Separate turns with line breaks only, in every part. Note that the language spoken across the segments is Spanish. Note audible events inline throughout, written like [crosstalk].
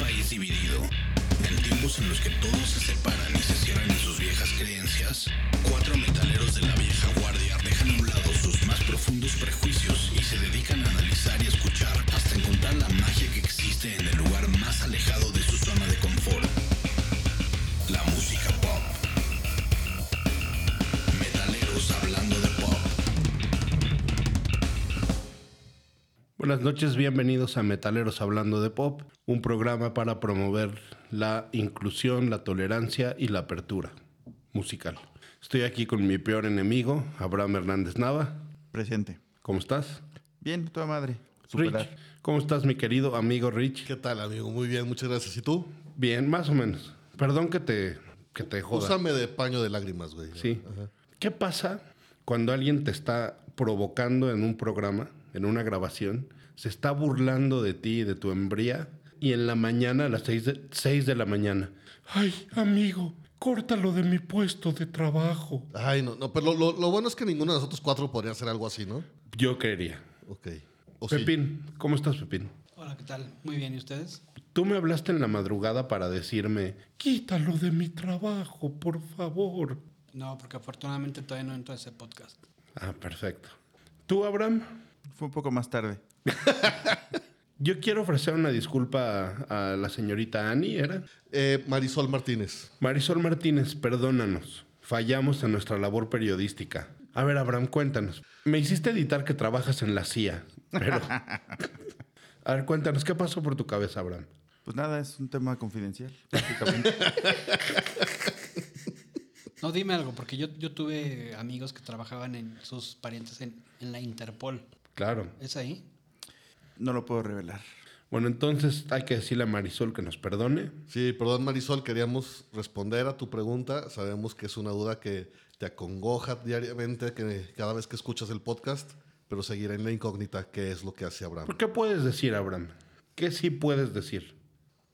país dividido, en tiempos en los que todos se separan y se cierran en sus viejas creencias, cuatro metaleros de la vieja guardia dejan a un lado sus más profundos prejuicios y se dedican a analizar y escuchar hasta encontrar la magia que existe en el lugar más alejado de su zona de confort. La música pop. Metaleros hablando de pop.
Buenas noches, bienvenidos a Metaleros Hablando de Pop, un programa para promover la inclusión, la tolerancia y la apertura musical. Estoy aquí con mi peor enemigo, Abraham Hernández Nava.
Presente.
¿Cómo estás?
Bien, toda madre.
Rich.
Superar.
¿Cómo estás, mi querido amigo Rich?
¿Qué tal, amigo? Muy bien, muchas gracias. ¿Y tú?
Bien, más o menos. Perdón que te, que te joda.
Úsame de paño de lágrimas, güey.
Sí. ¿Qué pasa cuando alguien te está provocando en un programa, en una grabación, se está burlando de ti, de tu embría, y en la mañana, a las 6 de, seis de la mañana, ay, amigo, córtalo de mi puesto de trabajo.
Ay, no, no, pero lo, lo- lo bueno es que ninguno de nosotros cuatro podría hacer algo así, ¿no?
Yo quería.
Ok. O sí.
Pepín, ¿cómo estás, Pepín?
Hola, ¿qué tal? Muy bien, ¿y ustedes?
Tú me hablaste en la madrugada para decirme, quítalo de mi trabajo, por favor.
No, porque afortunadamente todavía no entro a ese podcast.
Ah, perfecto. ¿Tú, Abraham?
Fue un poco más tarde.
Yo quiero ofrecer una disculpa a, a la señorita Annie, ¿era?
Eh, Marisol Martínez.
Marisol Martínez, perdónanos. Fallamos en nuestra labor periodística. A ver, Abraham, cuéntanos. Me hiciste editar que trabajas en la CIA, pero... A ver, cuéntanos, ¿qué pasó por tu cabeza, Abraham?
Pues nada, es un tema confidencial,
[laughs]
prácticamente.
No, dime algo, porque yo, yo tuve amigos que trabajaban en sus parientes en, en la Interpol.
Claro.
¿Es ahí?
no lo puedo revelar.
Bueno, entonces hay que decirle a Marisol que nos perdone.
Sí, perdón, Marisol, queríamos responder a tu pregunta. Sabemos que es una duda que te acongoja diariamente que cada vez que escuchas el podcast, pero seguirá en la incógnita qué es lo que hace Abraham.
¿Por qué puedes decir, Abraham? ¿Qué sí puedes decir?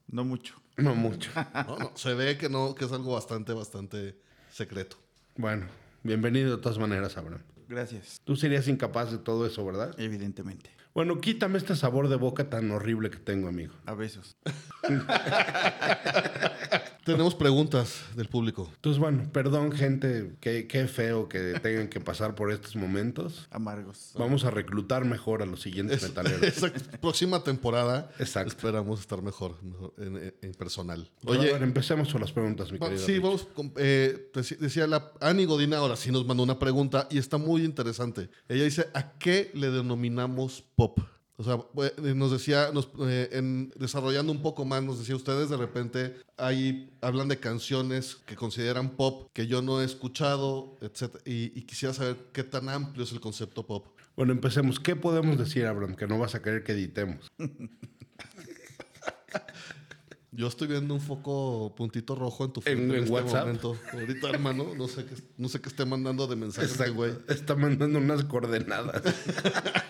No mucho.
No mucho.
No, no, se ve que no, que es algo bastante, bastante secreto.
Bueno, bienvenido de todas maneras, Abraham.
Gracias.
Tú serías incapaz de todo eso, ¿verdad?
Evidentemente.
Bueno, quítame este sabor de boca tan horrible que tengo, amigo.
A besos.
Tenemos preguntas del público.
Entonces, bueno, perdón, gente, qué, qué feo que tengan que pasar por estos momentos.
Amargos.
Vamos a reclutar mejor a los siguientes
Es-
metaleros.
[laughs] esa próxima temporada
Exacto.
esperamos estar mejor, mejor en, en personal.
Oye,
Oye,
empecemos con las preguntas, mi
va-
querido.
sí,
Rich.
vamos. con- eh, deci- decía la Ani Godina, ahora sí nos mandó una pregunta y está muy interesante. Ella dice: ¿A qué le denominamos pop? O sea, pues, eh, nos decía, nos, eh, en- desarrollando un poco más, nos decía ustedes, de repente ahí hablan de canciones que consideran pop, que yo no he escuchado, etc. Y, y quisiera saber qué tan amplio es el concepto pop.
Bueno, empecemos. ¿Qué podemos decir, Abraham? Que no vas a querer que editemos.
Yo estoy viendo un foco puntito rojo en tu frente
En- en
este
WhatsApp.
momento. Ahorita, hermano, no sé qué, no sé qué esté mandando de mensaje este güey.
Está mandando unas coordenadas. [laughs]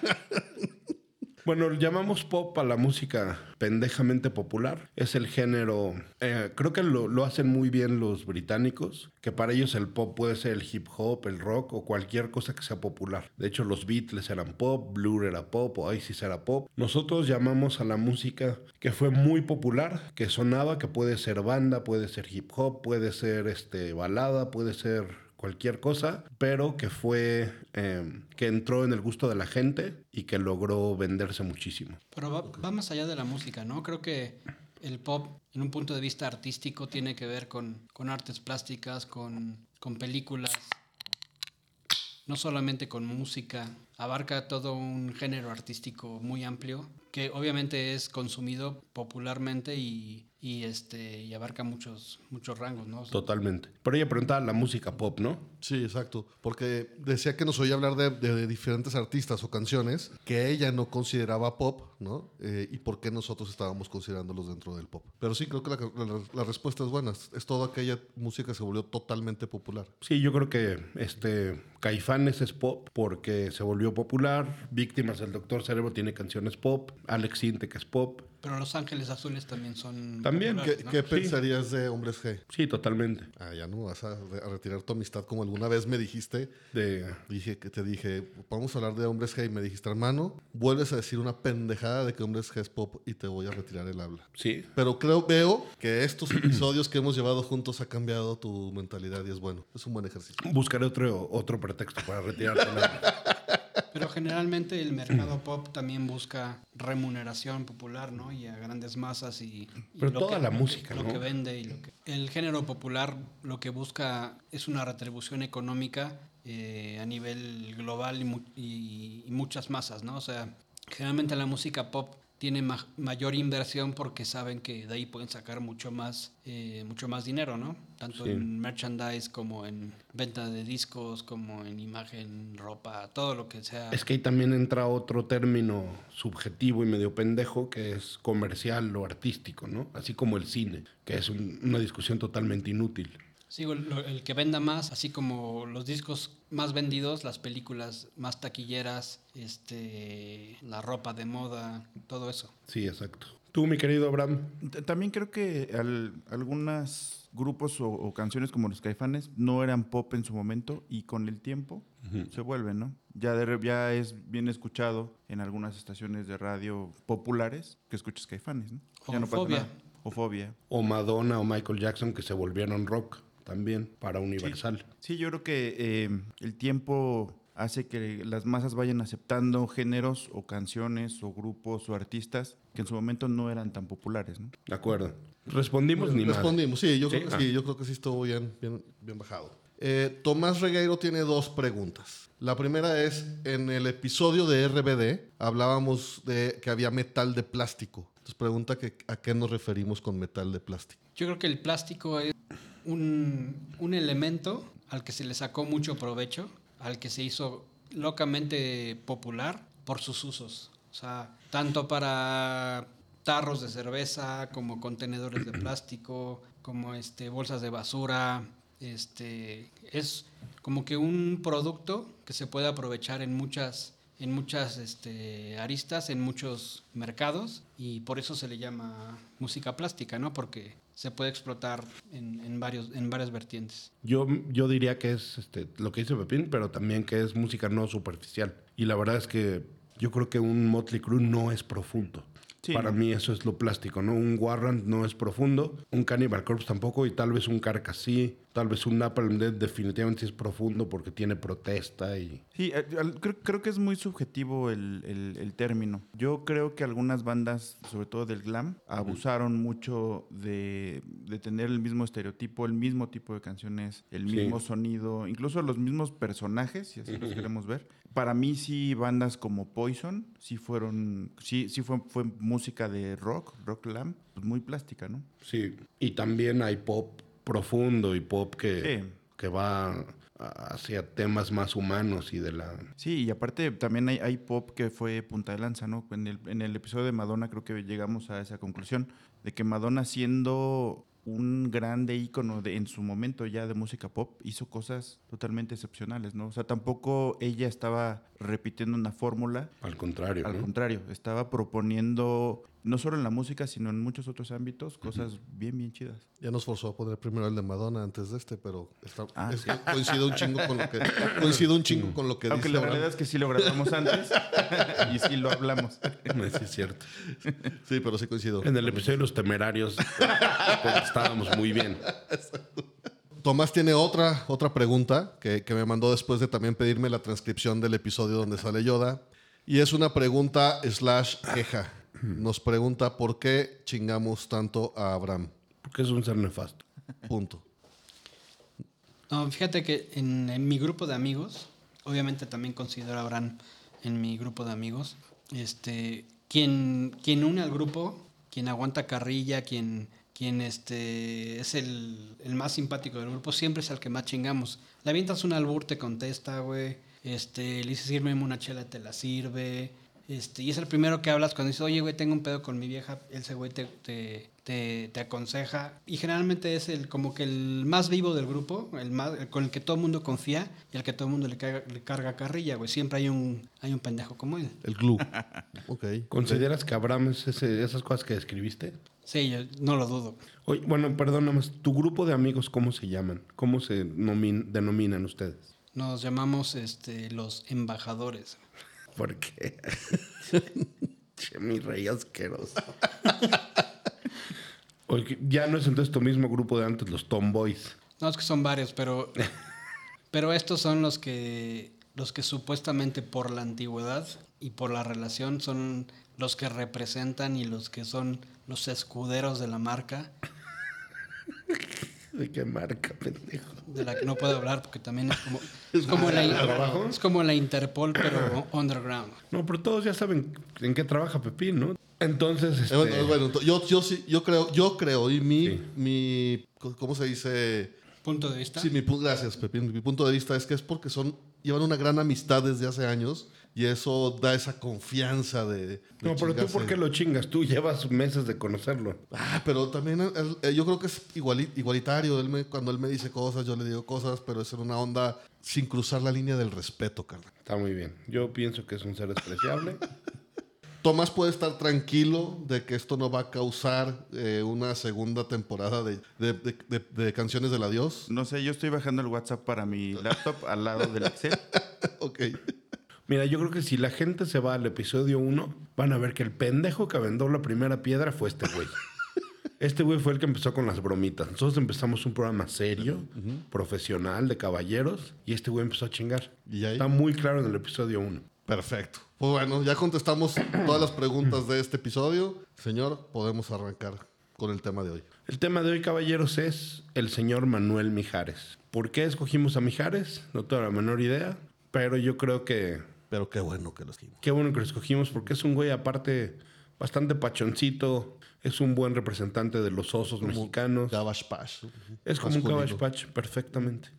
bueno, llamamos pop a la música pendejamente popular. Es el género. eh, creo que lo, lo hacen muy bien los británicos, que para ellos el pop puede ser el hip hop, el rock o cualquier cosa que sea popular. De hecho, los Beatles eran pop, Blur era pop, Oasis era pop. Nosotros llamamos a la música que fue muy popular, que sonaba, que puede ser banda, puede ser hip hop, puede ser este, balada, puede ser cualquier cosa, pero que fue, eh, que entró en el gusto de la gente y que logró venderse muchísimo.
Pero va, va más allá de la música, ¿no? Creo que el pop, en un punto de vista artístico, tiene que ver con, con artes plásticas, con, con películas, no solamente con música. Abarca todo un género artístico muy amplio que obviamente es consumido popularmente y, y, este, y abarca muchos, muchos rangos, ¿no? O sea,
Totalmente. Pero ella preguntaba la música pop, ¿no?
Sí, exacto. Porque decía que nos oía hablar de, de- de diferentes artistas o canciones que ella no consideraba pop, ¿no? Eh, y por qué nosotros estábamos considerándolos dentro del pop. Pero sí, creo que la, la- la respuesta es buena. Es toda aquella música que se volvió totalmente popular.
Sí, yo creo que este Caifanes es pop porque se volvió popular. Víctimas del Doctor Cerebro tiene canciones pop. Alex Sinte que es pop.
Pero Los Ángeles Azules también son.
También,
populares,
¿Qué,
¿no?
qué pensarías de Hombres G?
Sí, totalmente.
Ah, ya no me vas a, re- a retirar tu amistad como alguna vez me dijiste.
De,
Dije que te dije, vamos a hablar de Hombres G y me dijiste, hermano, vuelves a decir una pendejada de que Hombres G es pop y te voy a retirar el habla.
sí,
Pero creo, veo que estos [clears throat] episodios que hemos llevado juntos ha cambiado tu mentalidad y es bueno. Es un buen ejercicio.
buscaré otro, otro pretexto para retirarte. la-
Pero generalmente el mercado pop también busca remuneración popular, ¿no? Y a grandes masas y... y
Pero
lo
toda la
lo
música,
Lo
¿no?
que vende y lo que... El género popular lo que busca es una retribución económica eh, a nivel global y, mu- y- y muchas masas, ¿no? O sea, generalmente la música pop tiene ma- mayor inversión porque saben que de ahí pueden sacar mucho más, eh, mucho más dinero, ¿no? Tanto
Sí.
en merchandise como en venta de discos, como en imagen, ropa, todo lo que sea.
Es que ahí también entra otro término subjetivo y medio pendejo que es comercial o artístico, ¿no? Así como el cine, que es un- una discusión totalmente inútil.
Sí, o el, el que venda más, así como los discos más vendidos, las películas más taquilleras, este, la ropa de moda, todo eso.
Sí, exacto. Tú, mi querido Abraham,
T- También creo que al- algunos grupos o, o canciones como los caifanes no eran pop en su momento y con el tiempo se vuelven, ¿no? Ya, de re- ya es bien escuchado en algunas estaciones de radio populares que escuches caifanes, ¿no?
O
Ya no pasa
Fobia.
nada. O fobia.
o Madonna o Michael Jackson que se volvieron rock también para Universal.
Sí, yo creo que eh, el tiempo hace que las masas vayan aceptando géneros o canciones o grupos o artistas que en su momento no eran tan populares, ¿no?
De acuerdo. Respondimos Pues ni más.
Respondimos, sí, yo,
Sí,
Creo que
ah.
sí, yo creo que sí estuvo bien, bien, bien bajado. Eh, Tomás Regueiro tiene dos preguntas. La primera es, en el episodio de RBD hablábamos de que había metal de plástico. Entonces pregunta que, a qué nos referimos con metal de plástico.
Yo creo que el plástico es un, un elemento al que se le sacó mucho provecho, al que se hizo locamente popular por sus usos. O sea, tanto para tarros de cerveza, como contenedores de plástico, como este, bolsas de basura. Este, es como que un producto que se puede aprovechar en muchas, en muchas este, aristas, en muchos mercados, y por eso se le llama música plástica, ¿no? Porque se puede explotar en, en varios, en varias vertientes.
Yo, yo diría que es este, lo que dice Pepín, pero también que es música no superficial. Y la verdad es que yo creo que un Motley Crue no es profundo.
Sí,
Para
no.
mí eso es lo plástico, ¿no? Un Warrant no es profundo, un Cannibal Corpse tampoco, y tal vez un Carcass sí, tal vez un Napalm Death definitivamente sí es profundo porque tiene protesta y...
Sí, al- al- creo, creo que es muy subjetivo el, el- el término. Yo creo que algunas bandas, sobre todo del glam, abusaron mucho de, de tener el mismo estereotipo, el mismo tipo de canciones, el
Sí.
mismo sonido, incluso los mismos personajes, si así los queremos ver. Para mí sí, bandas como Poison, sí fueron, sí, sí fue, fue música de rock, rock glam, pues muy plástica, ¿no?
Sí, y también hay pop profundo y pop que,
Sí.
que va a- hacia temas más humanos y de la...
Sí, y aparte también hay, hay pop que fue punta de lanza, ¿no? En el, en el episodio de Madonna creo que llegamos a esa conclusión, de que Madonna siendo un grande ícono de, en su momento ya de música pop, hizo cosas totalmente excepcionales, ¿no? O sea, tampoco ella estaba repitiendo una fórmula,
Al contrario,
al
¿no?
contrario, estaba proponiendo, no solo en la música, sino en muchos otros ámbitos, cosas bien, bien chidas.
Ya nos forzó a poner primero el de Madonna antes de este, pero está-
Ah.
es que coincido un chingo con lo que, coincido un chingo con lo que
Aunque
dice
la
Abraham.
realidad es que sí lo grabamos [laughs] antes y sí lo hablamos.
[laughs] Sí, es cierto.
Sí, pero sí coincido.
En el episodio de los temerarios pues, estábamos muy bien.
Tomás tiene otra, otra pregunta que, que me mandó después de también pedirme la transcripción del episodio donde sale Yoda. Y es una pregunta slash queja. Nos pregunta por qué chingamos tanto a Abraham.
Porque es un ser nefasto.
Punto.
No, fíjate que en, en mi grupo de amigos, obviamente también considero a Abraham en mi grupo de amigos, este, quien, quien une al grupo, quien aguanta carrilla, quien, quien este, es el, el más simpático del grupo, siempre es al que más chingamos. Le avientas un albur, te contesta, güey. Este, le dices, sírveme una chela, te la sirve. Este, y es el primero que hablas cuando dices, oye, güey, tengo un pedo con mi vieja. Ese güey te, te, te, te aconseja. Y generalmente es el como que el más vivo del grupo, el más, el con el que todo el mundo confía y el que todo el mundo le, carga- le carga carrilla, güey. Siempre hay un, hay un pendejo como él.
El glue. ok. Eh,
¿Consideras que Abraham es ese- esas cosas que describiste?
Sí, yo no lo dudo.
Oye, bueno, perdón, nada más, ¿tu grupo de amigos cómo se llaman? ¿Cómo se nomin- denominan ustedes?
Nos llamamos este, los embajadores.
¿Por [laughs] qué? che, mi rey asqueroso. Oye, ya no es entonces tu mismo grupo de antes, los Tomboys.
No, es que son varios, pero. [laughs] pero estos son los que. Los que supuestamente por la antigüedad y por la relación son los que representan y los que son los escuderos de la marca,
¿De qué marca, pendejo?
de la que no puedo hablar porque también es como, es como, la, es como la Interpol, pero [clears throat] underground.
No, pero todos ya saben en qué trabaja Pepín, ¿no? Entonces, este,
Eh, Bueno, bueno, ento- yo, yo sí, yo creo, yo creo, y mi,
Sí.
mi, co- ¿cómo se dice?
Punto de vista.
Sí, mi, pu- gracias, Pepín. Mi punto de vista es que es porque son, llevan una gran amistad desde hace años y eso da esa confianza de. de
no, pero tú,
chingarse.
¿por qué lo chingas? Tú llevas meses de conocerlo.
Ah, pero también él- él- yo creo que es iguali- igualitario. Él me- cuando él me dice cosas, yo le digo cosas, pero es en una onda sin cruzar la línea del respeto, carnal.
Está muy bien. Yo pienso que es un ser despreciable.
Tomás puede estar tranquilo de que esto no va a causar eh, una segunda temporada de, de- de- de- de Canciones del Adiós. [laughs]
No sé, yo estoy bajando el WhatsApp para mi laptop al lado del Excel.
ok.
Mira, yo creo que si la gente se va al episodio 1, van a ver que el pendejo que aventó la primera piedra fue este
[laughs]
güey. Este güey fue el que empezó con las bromitas. Nosotros empezamos un programa serio, profesional, de caballeros, y este güey empezó a chingar.
¿Y ahí?
Está muy claro en el episodio 1.
Perfecto. Pues bueno, ya contestamos todas las preguntas de este episodio. Señor, podemos arrancar con el tema de hoy.
El tema de hoy, caballeros, es el señor Manuel Mijares. ¿Por qué escogimos a Mijares? No tengo la menor idea, pero yo creo que
Pero qué bueno que lo escribimos.
Qué bueno que lo escogimos porque es un güey aparte bastante pachoncito, es un buen representante de los osos mexicanos.
Gabash Pash.
Es como un
Masculino.
caballo patch, perfectamente.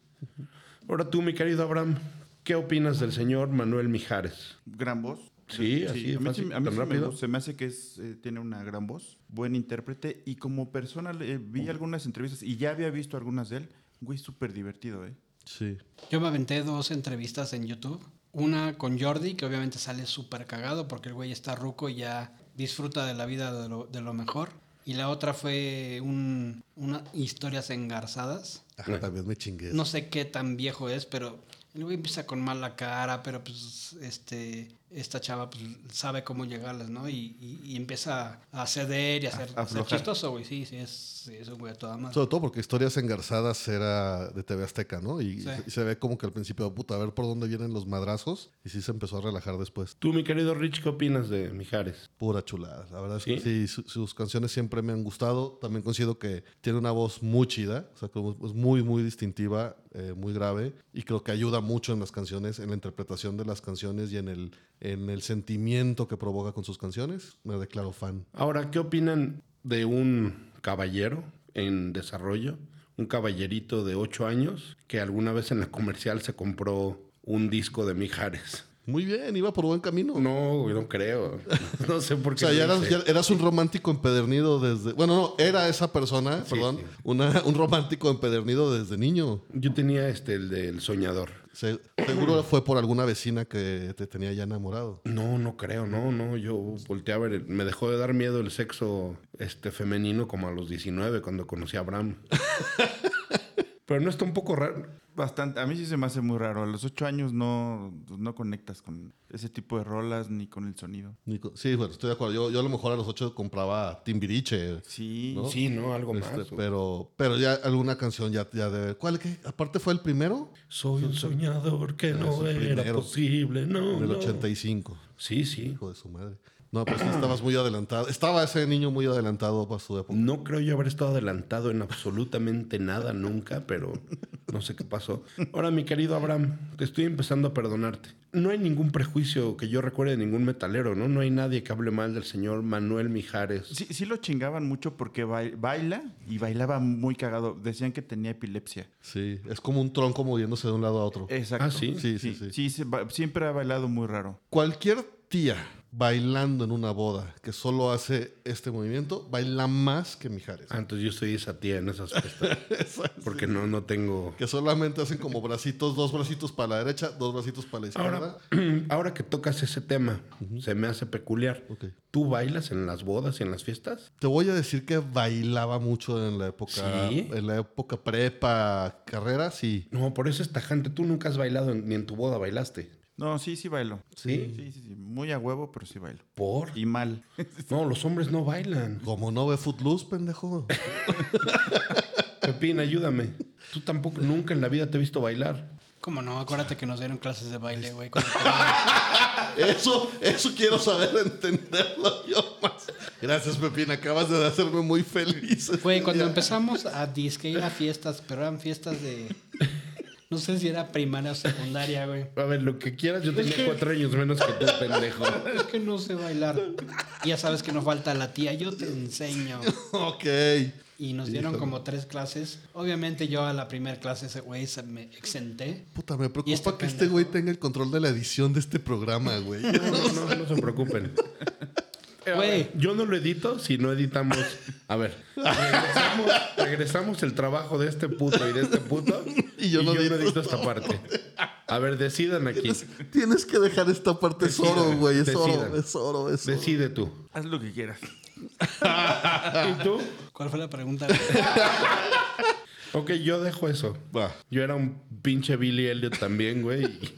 Ahora tú, mi querido Abraham, ¿qué opinas del señor Manuel Mijares?
Gran voz.
Sí, así de
a mí,
fácil,
sí- a mí
tan
sí me
rápido.
gusta, se me hace que es, eh, tiene una gran voz, buen intérprete y como persona le- eh, vi algunas entrevistas y ya había visto algunas de él. Un Güey, súper divertido, ¿eh?
Sí.
Yo me aventé dos entrevistas en YouTube. Una con Jordi, que obviamente sale súper cagado porque el güey está ruco y ya disfruta de la vida de lo, de lo mejor. Y la otra fue un, una historias engarzadas.
Ajá, Ah, también me chingué.
No sé qué tan viejo es, pero el güey empieza con mala cara, pero pues este, esta chava pues, sabe cómo llegarles, ¿no? Y, y- y empieza a ceder y a ser, a ser
aflojar.
chistoso, güey. Sí, sí, es, es un güey a toda madre.
Sobre todo porque Historias Engarzadas era de TV Azteca, ¿no? Y,
Sí.
y se ve como que al principio, puta, a ver por dónde vienen los madrazos. Y sí se empezó a relajar después.
Tú, mi querido Rich, ¿qué opinas de Mijares?
Pura chulada. La verdad es que
¿Sí?
sí, su- sus canciones siempre me han gustado. También considero que tiene una voz muy chida. O sea, como es muy, muy distintiva, eh, muy grave. Y creo que ayuda mucho en las canciones, en la interpretación de las canciones y en el, en el sentimiento que provoca con sus canciones. Me declaro fan.
Ahora, ¿qué opinan de un caballero en desarrollo? Un caballerito de 8 años que alguna vez en la comercial se compró un disco de Mijares.
Muy bien, iba por buen camino.
No, güey, no creo. [laughs] No sé por
O
qué.
sea, ya
lo
eras,
hice.
ya eras un romántico empedernido desde. Bueno, no, era esa persona, perdón.
sí.
Una, un romántico empedernido desde niño.
Yo tenía este, el del soñador.
Se- seguro fue por alguna vecina que te tenía ya enamorado.
No, no creo, no, no. Yo volteé a ver, el- me dejó de dar miedo el sexo este, femenino como a los 19 cuando conocí a
[laughs]
Abraham. Pero no está un poco raro.
Bastante, a mí sí se me hace muy raro. A los ocho años no, pues, no conectas con ese tipo de rolas ni con el sonido.
Nico- Sí, bueno, estoy de acuerdo. Yo, yo a lo mejor a los ocho compraba Timbiriche.
Sí,
¿No?
Sí, ¿no? Algo más.
este, pero, pero ya alguna canción ya, ya de. ¿Cuál qué? Aparte fue el primero
Soy
[laughs]
un soñador que no
el
era
primero.
posible, no.
del
no.
85.
Sí, sí.
Hijo de su madre. No, pues sí estabas muy adelantado. Estaba ese niño muy adelantado para su época.
No creo yo haber estado adelantado en absolutamente nada nunca, pero no sé qué pasó. Ahora, mi querido Abraham, te estoy empezando a perdonarte. No hay ningún prejuicio que yo recuerde de ningún metalero, ¿no? No hay nadie que hable mal del señor Manuel Mijares.
Sí, sí lo chingaban mucho porque bai- baila y bailaba muy cagado. Decían que tenía epilepsia.
Sí, es como un tronco moviéndose de un lado a otro.
Exacto.
Ah, Eh, sí.
Sí, sí,
Sí,
sí.
sí, se ba- siempre ha bailado muy raro.
Cualquier tía bailando en una boda, que solo hace este movimiento, baila más que Mijares.
Ah, entonces yo soy esa tía en esas
[laughs]
fiestas. porque no, no tengo.
Que solamente hacen como bracitos, dos bracitos para la derecha, dos bracitos para la izquierda.
Ahora, ahora [clears throat] que tocas ese tema, se me hace peculiar.
Ok.
¿Tú bailas en las bodas y en las fiestas?
Te voy a decir que bailaba mucho en la época,
¿Sí?
en la época prepa, carrera, sí.
No, por eso es tajante. Tú nunca has bailado, en- ni en tu boda bailaste.
No, sí, sí bailo.
¿Sí?
Sí, sí, sí. Muy a huevo, pero sí bailo.
¿Por?
Y mal. [laughs]
No, los hombres no bailan.
Como no ve Footloose, pendejo.
Pepín, ayúdame. Tú tampoco, nunca en la vida te he visto bailar.
¿Cómo no? Acuérdate que nos dieron clases de baile, güey. cuando teníamos-
Eso, eso quiero saber entenderlo yo más. Gracias, Pepín. Acabas de hacerme muy feliz. este
Güey, cuando
día.
empezamos a disque ir a fiestas, pero eran fiestas de. No sé si era primaria o secundaria, güey.
A ver, lo que quieras, yo tenía cuatro años menos que tú, pendejo.
Es que no sé bailar. Y Ya sabes que no falta la tía, yo te enseño.
Ok.
Y nos dieron como tres clases. Obviamente yo a la primera clase, ese güey, se me exenté.
Puta, me
¿Y
preocupa
este
que este
pendejo?
güey tenga el control de la edición de este programa,
[laughs]
güey.
No, no, no, no se preocupen. Eh, a
Güey.
ver, Yo no lo edito si no editamos. A ver, regresamos, regresamos el trabajo de este puto y de este puto.
Y yo no edito
edito esta parte. A ver, decidan aquí.
Tienes que dejar esta parte. Es oro, güey. Es oro,
Decidan.
es oro, es oro.
Decide tú.
Haz lo que quieras.
¿Y tú?
¿Cuál fue la pregunta?
Ok, yo dejo eso.
Va.
Yo era un pinche Billy Elliot también, güey. [laughs] y-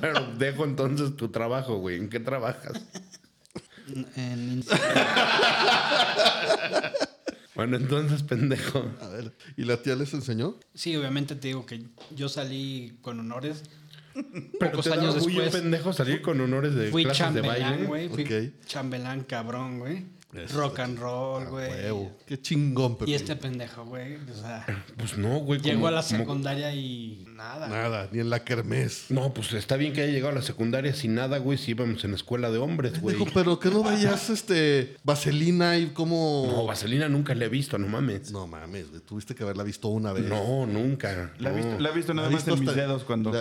Pero dejo entonces tu trabajo, güey. ¿En qué trabajas?
En-
Bueno, entonces, pendejo.
A ver. ¿Y la tía les enseñó?
Sí, obviamente te digo que yo salí con honores.
Pero
Pocos
te da
años
orgullo,
después,
pendejo, salir con honores de
Fui
clases de
chambelán,
baile.
güey. Fui
Ok.
chambelán cabrón, güey.
Eso
Rock and roll, güey.
Huevo. Qué chingón, Pepín.
Y este pendejo, güey. O sea,
Pues no, güey. como-
llegó a la
como-
secundaria y nada.
Nada, ni en la kermés.
No, pues está bien que haya llegado a la secundaria sin nada, güey, si íbamos en escuela de hombres, güey.
Dijo, pero que no vayas este vaselina y
No,
como.
vaselina nunca la he visto, no mames.
No, mames, güey. Tuviste que haberla visto una vez.
pues.
No, nunca.
La he
no.
visto, la he visto nada
La he
más
visto
en mis
hasta-
dedos cuando.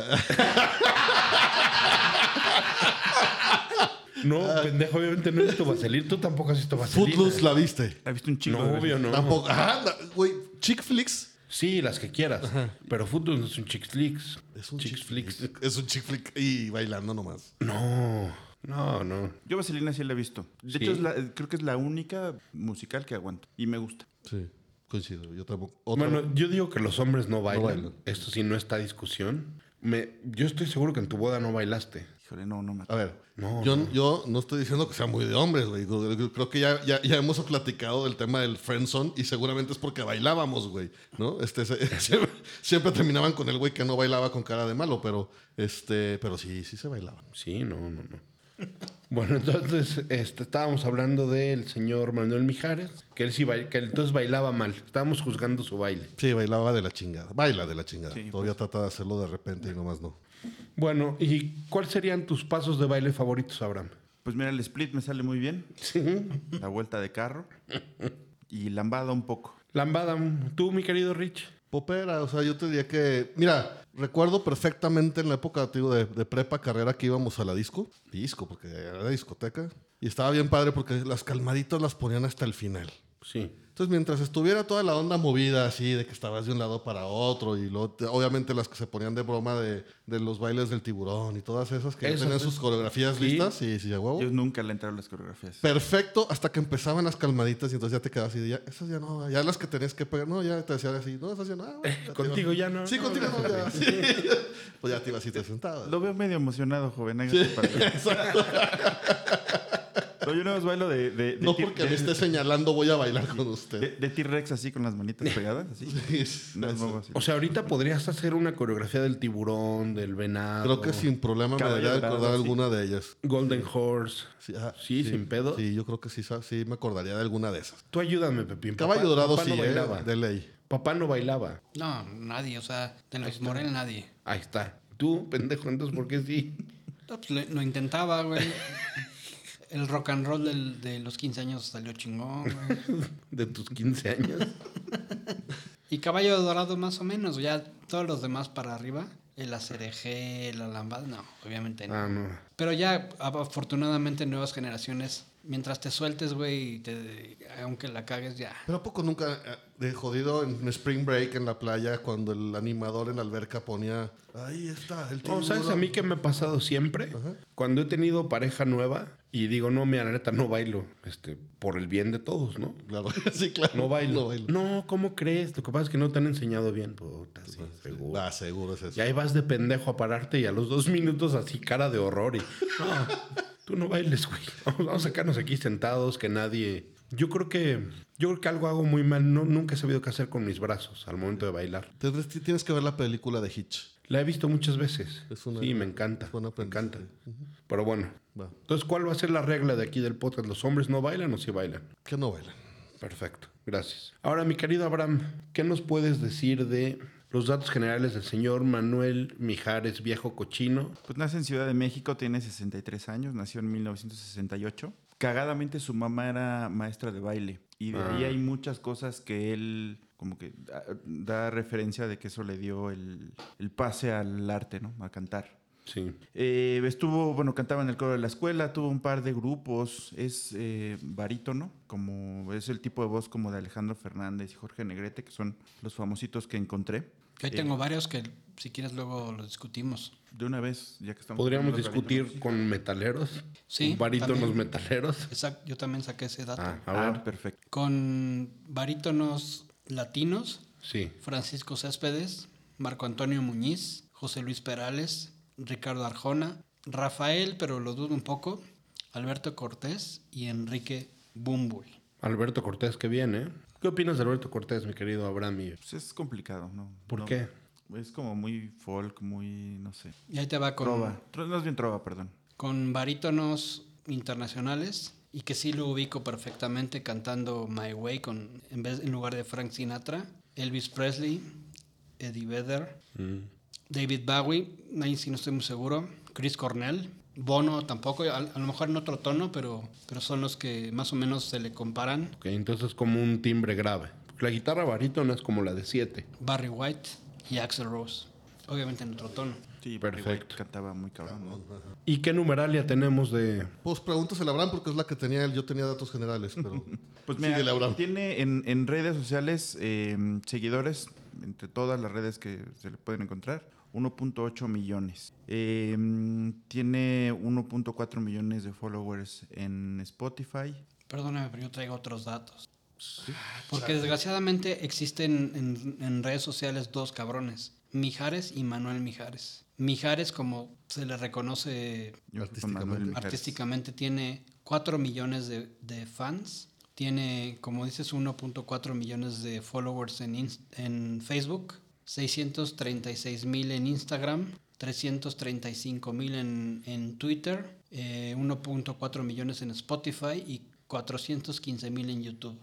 Ah.
No, pendejo, obviamente no he visto vaselina. Tú tampoco has visto vaselina.
Footloose la viste.
La he visto un chingo. de
No,
veces.
obvio, no.
Tampoco. Ajá, la- güey. Chick flicks.
Sí, las que quieras. Pero Footloose no es un chick flicks.
Es un
chick, flicks.
Es un chick flick y bailando nomás.
No, no, no.
Yo Vaselina sí la he visto. De hecho, es la- eh, creo que es la única musical que aguanto. Y me gusta.
Sí, coincido. Yo tampoco. Otra-
Bueno, yo digo que los hombres no bailan.
bailan.
Esto sí no está discusión. Me, yo estoy seguro que en tu boda no bailaste.
Híjole, no, no me
Ah.
A ver,
No,
yo, yo no estoy diciendo que sea muy de hombres, güey. Yo- yo Creo que ya, ya, ya hemos platicado del tema del friendzone y seguramente es porque bailábamos, güey, ¿no?
[laughs]
Este, se- siempre, siempre terminaban con el güey que no bailaba con cara de malo, pero, este, pero sí, sí se bailaba.
Sí, no, no, no.
[laughs]
Bueno, entonces este, estábamos hablando del señor Manuel Mijares, que él sí bail- que él entonces bailaba mal. Estábamos juzgando su baile.
Sí, bailaba de la chingada. Baila de la chingada.
Sí,
pues.
Todavía trata de hacerlo de repente y nomás no.
Bueno, ¿y cuáles serían tus pasos de baile favoritos, Abraham?
Pues mira, el split me sale muy bien.
Sí.
La vuelta de carro. Y lambada un poco.
Lambada, tú, mi querido Rich.
Popera, o sea, yo te diría que, mira, recuerdo perfectamente en la época, te digo, de, de prepa, carrera, que íbamos a la disco, disco, porque era discoteca, y estaba bien padre porque las calmaditas las ponían hasta el final.
Sí.
Entonces, mientras estuviera toda la onda movida así, de que estabas de un lado para otro, y luego, te- obviamente las que se ponían de broma de, de los bailes del tiburón y todas esas que ya
Esas,
tenían
¿eh?
sus coreografías
Sí.
listas, y sí, a huevo.
Oh.
Yo nunca le he entrado a las coreografías.
Perfecto, hasta que empezaban las calmaditas y entonces ya te quedabas así, de, ya, esas ya no, ya las que tenías que pegar, no, ya te decían así, no, esas ya no. ah, bueno, ya te
Eh, Contigo
ibas".
ya no.
Sí,
no,
contigo
no,
no, ya.
no.
[laughs]
sí. Pues ya te ibas y te sentabas.
Lo veo medio emocionado, joven. hágase para
[laughs]
allá. Pero yo no os bailo de, de, de
No
tir-
porque
de-
me esté señalando voy a bailar con usted.
de- de T-Rex así con las manitas pegadas. Así. Eh, No, es
Eso.
algo así.
O sea, ahorita podrías hacer una coreografía del tiburón, del venado.
Creo que sin problema me
Caballo
debería
dorado,
recordar
sí.
alguna de ellas.
Golden Horse.
Sí, ajá,
Sí, sin pedo.
Sí, yo creo que sí, sa- sí me acordaría de alguna de esas.
Tú ayúdame, Pepín. Papá-
Caballo dorado
papá
sí,
no
eh,
bailaba.
de ley.
Papá no bailaba.
No, nadie, o sea, de los Morel nadie.
Ahí está. Tú, pendejo, entonces, ¿por qué sí?
No, pues, lo, lo intentaba, [laughs] güey. El rock and roll del- de los 15 años salió chingón, güey.
De tus 15 años.
Y Caballo Dorado más o menos, ya todos los demás para arriba. el acerejé, la lambada, no, obviamente no.
Ah, no.
Pero ya, af- afortunadamente, nuevas generaciones, mientras te sueltes, güey, y te- aunque la cagues, ya.
Pero ¿a poco nunca eh, de jodido en Spring Break en la playa cuando el animador en la alberca ponía ahí está el
No, Oh, ¿sabes a
tiburón"?
mí que me ha pasado siempre? Cuando he tenido pareja nueva y digo, no, mira, la neta, no bailo. Este, por el bien de todos, ¿no?
Claro, [laughs] sí, claro.
No bailo.
No
No,
bailo.
¿cómo crees? Lo que pasa es que no te han enseñado bien. Puta, sí, seguro.
Ah, seguro es eso.
Y ahí vas de pendejo a pararte y a los dos minutos así cara de horror y... No, tú no bailes, güey. Vamos, vamos a sacarnos aquí sentados, que nadie... Yo creo que... Yo creo que algo hago muy mal. No, nunca he sabido qué hacer con mis brazos al momento de bailar.
Tendrás- ti- Tienes que ver la película de Hitch.
La he visto muchas veces.
Es una-
sí, me encanta.
es buen
me encanta.
aprendizaje.
Pero bueno.
Va.
Entonces, ¿cuál va a ser la regla de aquí del podcast? ¿Los hombres no bailan o sí bailan?
Que no bailan.
Perfecto, gracias. Ahora, mi querido Abraham, ¿qué nos puedes decir de los datos generales del señor Manuel Mijares, viejo cochino?
Pues nace en Ciudad de México, tiene 63 años, nació en 1968. Cagadamente su mamá era maestra de baile y de ahí
Ah.
hay muchas cosas que él como que da, da referencia de que eso le dio el, el pase al arte, ¿no? A cantar.
Sí.
Eh, estuvo, bueno, cantaba en el coro de la escuela, tuvo un par de grupos, es eh, barítono, como es el tipo de voz como de Alejandro Fernández y Jorge Negrete, que son los famositos que encontré.
Yo ahí
Eh,
tengo varios que, si quieres, luego los discutimos.
De una vez, ya que estamos...
¿Podríamos
hablando de
discutir
barítonos,
con metaleros?
Sí,
¿Con barítonos
también.
metaleros?
Exacto, yo también saqué ese dato.
Ah,
sí.
a ver.
Ah, perfecto.
Con barítonos latinos,
Sí.
Francisco Céspedes, Marco Antonio Muñiz, José Luis Perales, Ricardo Arjona, Rafael, pero lo dudo un poco, Alberto Cortés y Enrique Bumbuy.
Alberto Cortés, qué bien, ¿eh? ¿Qué opinas de Alberto Cortés, mi querido Abraham? y-
Pues es complicado, ¿no?
¿Por
No.
qué?
Es como muy folk, muy, no sé.
Y ahí te va con,
Trova. Tro- No es bien trova, perdón.
con barítonos internacionales y que sí lo ubico perfectamente cantando My Way con, en, vez, en lugar de Frank Sinatra, Elvis Presley, Eddie Vedder,
Mm.
David Bowie, ahí sí no estoy muy seguro, Chris Cornell, Bono tampoco, a, a lo mejor en otro tono, pero, pero son los que más o menos se le comparan,
Ok, entonces es como un timbre grave. La guitarra barítona es como la de siete.
Barry White y Axel Rose, obviamente en otro tono.
Sí, Barry
Perfecto.
White Cantaba muy cabrón. ¿no?
¿Y qué numeralia tenemos de...?
Pues pregúntasela a Abraham porque es la que tenía él. Yo tenía datos generales,
[laughs]
pero.
Pues
Sigue,
mira,
Laura.
tiene en, en redes sociales eh, seguidores, entre todas las redes que se le pueden encontrar, 1.8 millones. Eh, tiene 1.4 millones de followers en Spotify.
Perdóname, pero yo traigo otros datos. Porque desgraciadamente existen en, en redes sociales dos cabrones, Mijares y Manuel Mijares. Mijares, como se le reconoce
Yo creo que con
Artísticamente.
Manuel Mijares.
artísticamente, tiene 4 millones de, de fans, tiene, como dices, 1.4 millones de followers en, Ins- en Facebook, 636 mil en Instagram, 335 mil en, en Twitter, eh, 1.4 millones en Spotify y 415 mil en YouTube.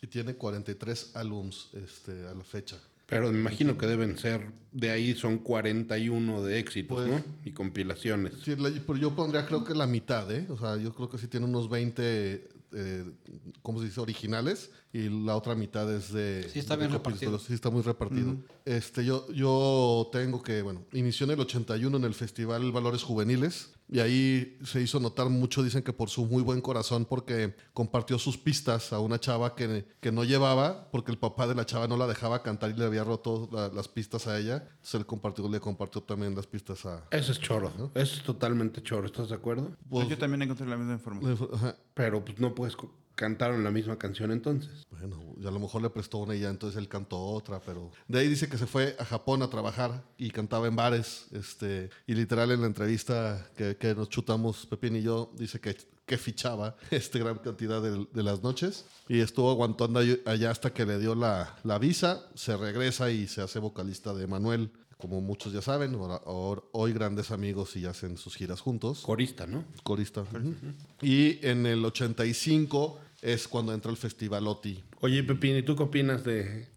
Y tiene 43 álbums este, a la fecha.
Pero me imagino que deben ser, de ahí son 41 de éxitos,
Pues-
¿no? Y compilaciones.
Sí, la- pero yo pondría creo que la mitad, ¿eh? O sea, yo creo que sí tiene unos 20, eh, ¿cómo se dice? Originales. Y la otra mitad es de...
Sí, está
de
bien
recopilatorios.
repartido.
Sí, está muy repartido. Este, yo, yo tengo que, bueno, inició en el 81 en el Festival Valores Juveniles. Y ahí se hizo notar mucho, dicen que por su muy buen corazón, porque compartió sus pistas a una chava que, que no llevaba, porque el papá de la chava no la dejaba cantar y le había roto la- las pistas a ella. Entonces él compartió, le compartió también las pistas a...
Eso es choro, eso es totalmente choro, ¿estás de acuerdo?
Pues-
Yo también encontré la misma información.
Eh.
Ajá.
Pero pues no puedes co- cantar la misma canción entonces.
Bueno, y a lo mejor le prestó una y ya entonces él cantó otra, pero de ahí dice que se fue a Japón a trabajar y cantaba en bares, este, y literal en la entrevista que, que nos chutamos Pepín y yo, dice que, que fichaba [laughs] este gran cantidad de, de las noches y estuvo aguantando ahí- allá hasta que le dio la, la visa, se regresa y se hace vocalista de Manuel, como muchos ya saben, ahora- ahora- hoy grandes amigos y hacen sus giras juntos
Corista, ¿no?
corista. Y en el 85 es cuando entra el Festival OTI.
Oye, Pepín, ¿y tú qué opinas de...?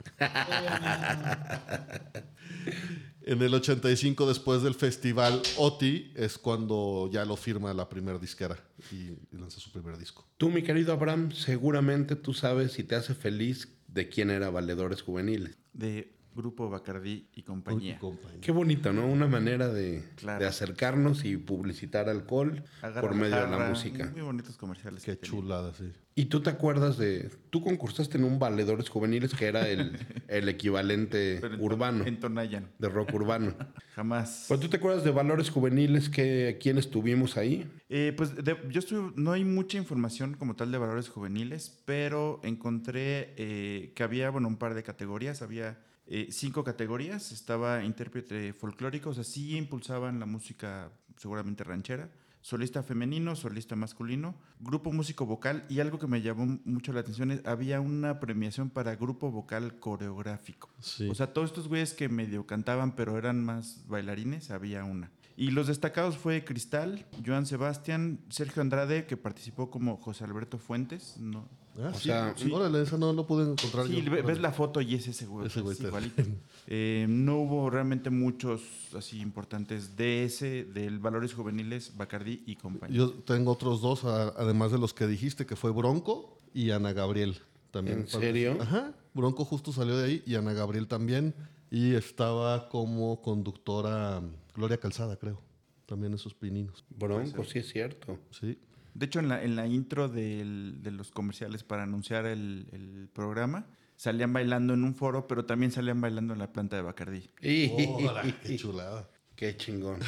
En el 85, después del Festival OTI, es cuando ya lo firma la primera disquera y, y lanza su primer disco.
Tú, mi querido Abraham, seguramente tú sabes si te hace feliz de quién era Valedores Juveniles.
De Grupo Bacardí y compañía.
¿eh?
Qué bonito, ¿no? Una manera de,
Claro.
de acercarnos y publicitar alcohol
Agarra
por medio de
jarra,
la música.
Muy bonitos comerciales.
Qué
que tenía.
chulada, sí.
¿Y tú te acuerdas de... Tú concursaste en un Valedores Juveniles que era
[laughs]
el, el equivalente
Pero en-
urbano,
En Tonayan.
de rock urbano.
Jamás.
Pues tú te acuerdas de Valores Juveniles, que, quiénes tuvimos ahí.
Eh, pues de- yo estuve, no hay mucha información como tal de valores juveniles, pero encontré eh, que había, bueno, un par de categorías, había eh, cinco categorías, estaba intérprete folclórico, o sea, sí impulsaban la música seguramente ranchera, solista femenino, solista masculino, grupo músico vocal y algo que me llamó mucho la atención es, había una premiación para grupo vocal coreográfico.
Sí.
O sea, todos estos güeyes que medio cantaban, pero eran más bailarines, había una. Y los destacados fue Cristal, Joan Sebastián, Sergio Andrade, que participó como José Alberto Fuentes. No.
Ah,
o
sí.
sea,
Sí, Órale, esa no lo pude encontrar
Sí,
yo.
ve-
Órale.
ves la foto y es ese güey.
Ese güey
es
está- [laughs]
igualito. Eh, no hubo realmente muchos así importantes de ese, del Valores Juveniles, Bacardí y compañía.
Yo tengo otros dos, a- además de los que dijiste, que fue Bronco y Ana Gabriel también.
¿En serio?
Ajá. Bronco justo salió de ahí y Ana Gabriel también. Y estaba como conductora mm, Gloria Calzada, creo. También esos pininos.
Bronco, sí es cierto.
Sí.
De hecho, en la, en la intro del- de los comerciales para anunciar el, el programa, salían bailando en un foro, pero también salían bailando en la planta de Bacardí.
Y-
Órale, qué chulada.
Qué chingón.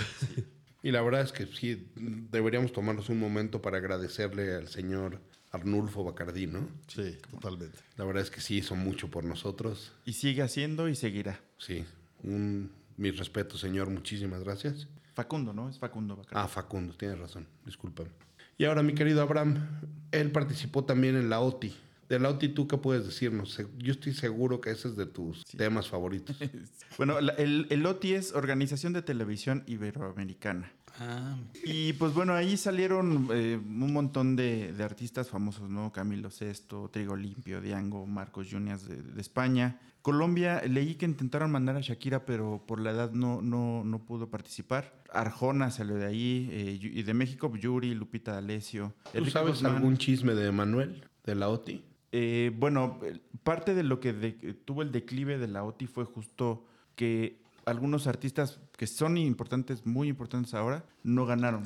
Y la verdad es que sí, deberíamos tomarnos un momento para agradecerle al señor Arnulfo Bacardí, ¿no?
Sí, totalmente.
La verdad es que sí hizo mucho por nosotros.
Y sigue haciendo y seguirá.
Sí, un, mis respetos, señor. Muchísimas gracias.
Facundo, ¿no? Es Facundo Bacardi.
Ah, Facundo, tienes razón. Disculpa. Y ahora, mi querido Abraham, él participó también en la OTI. De la OTI, ¿tú qué puedes decirnos? Se- Yo estoy seguro que ese es de tus temas
[laughs]
favoritos.
Bueno, la- el, el OTI es Organización de Televisión Iberoamericana.
Ah,
Y pues bueno, ahí salieron eh, un montón de, de artistas famosos, ¿no? Camilo Sesto, Trigo Limpio, Diango, Marcos Junias de, de España. Colombia, leí que intentaron mandar a Shakira, pero por la edad no, no, no pudo participar. Arjona salió de ahí, eh, Yu- y de México, Yuri, Lupita D'Alessio.
¿Tú
Enrique
sabes
Guzmán.
algún chisme de Manuel, de la OTI?
Eh, bueno, eh, parte de lo que de- que tuvo el declive de la OTI fue justo que algunos artistas que son importantes, muy importantes ahora, no ganaron.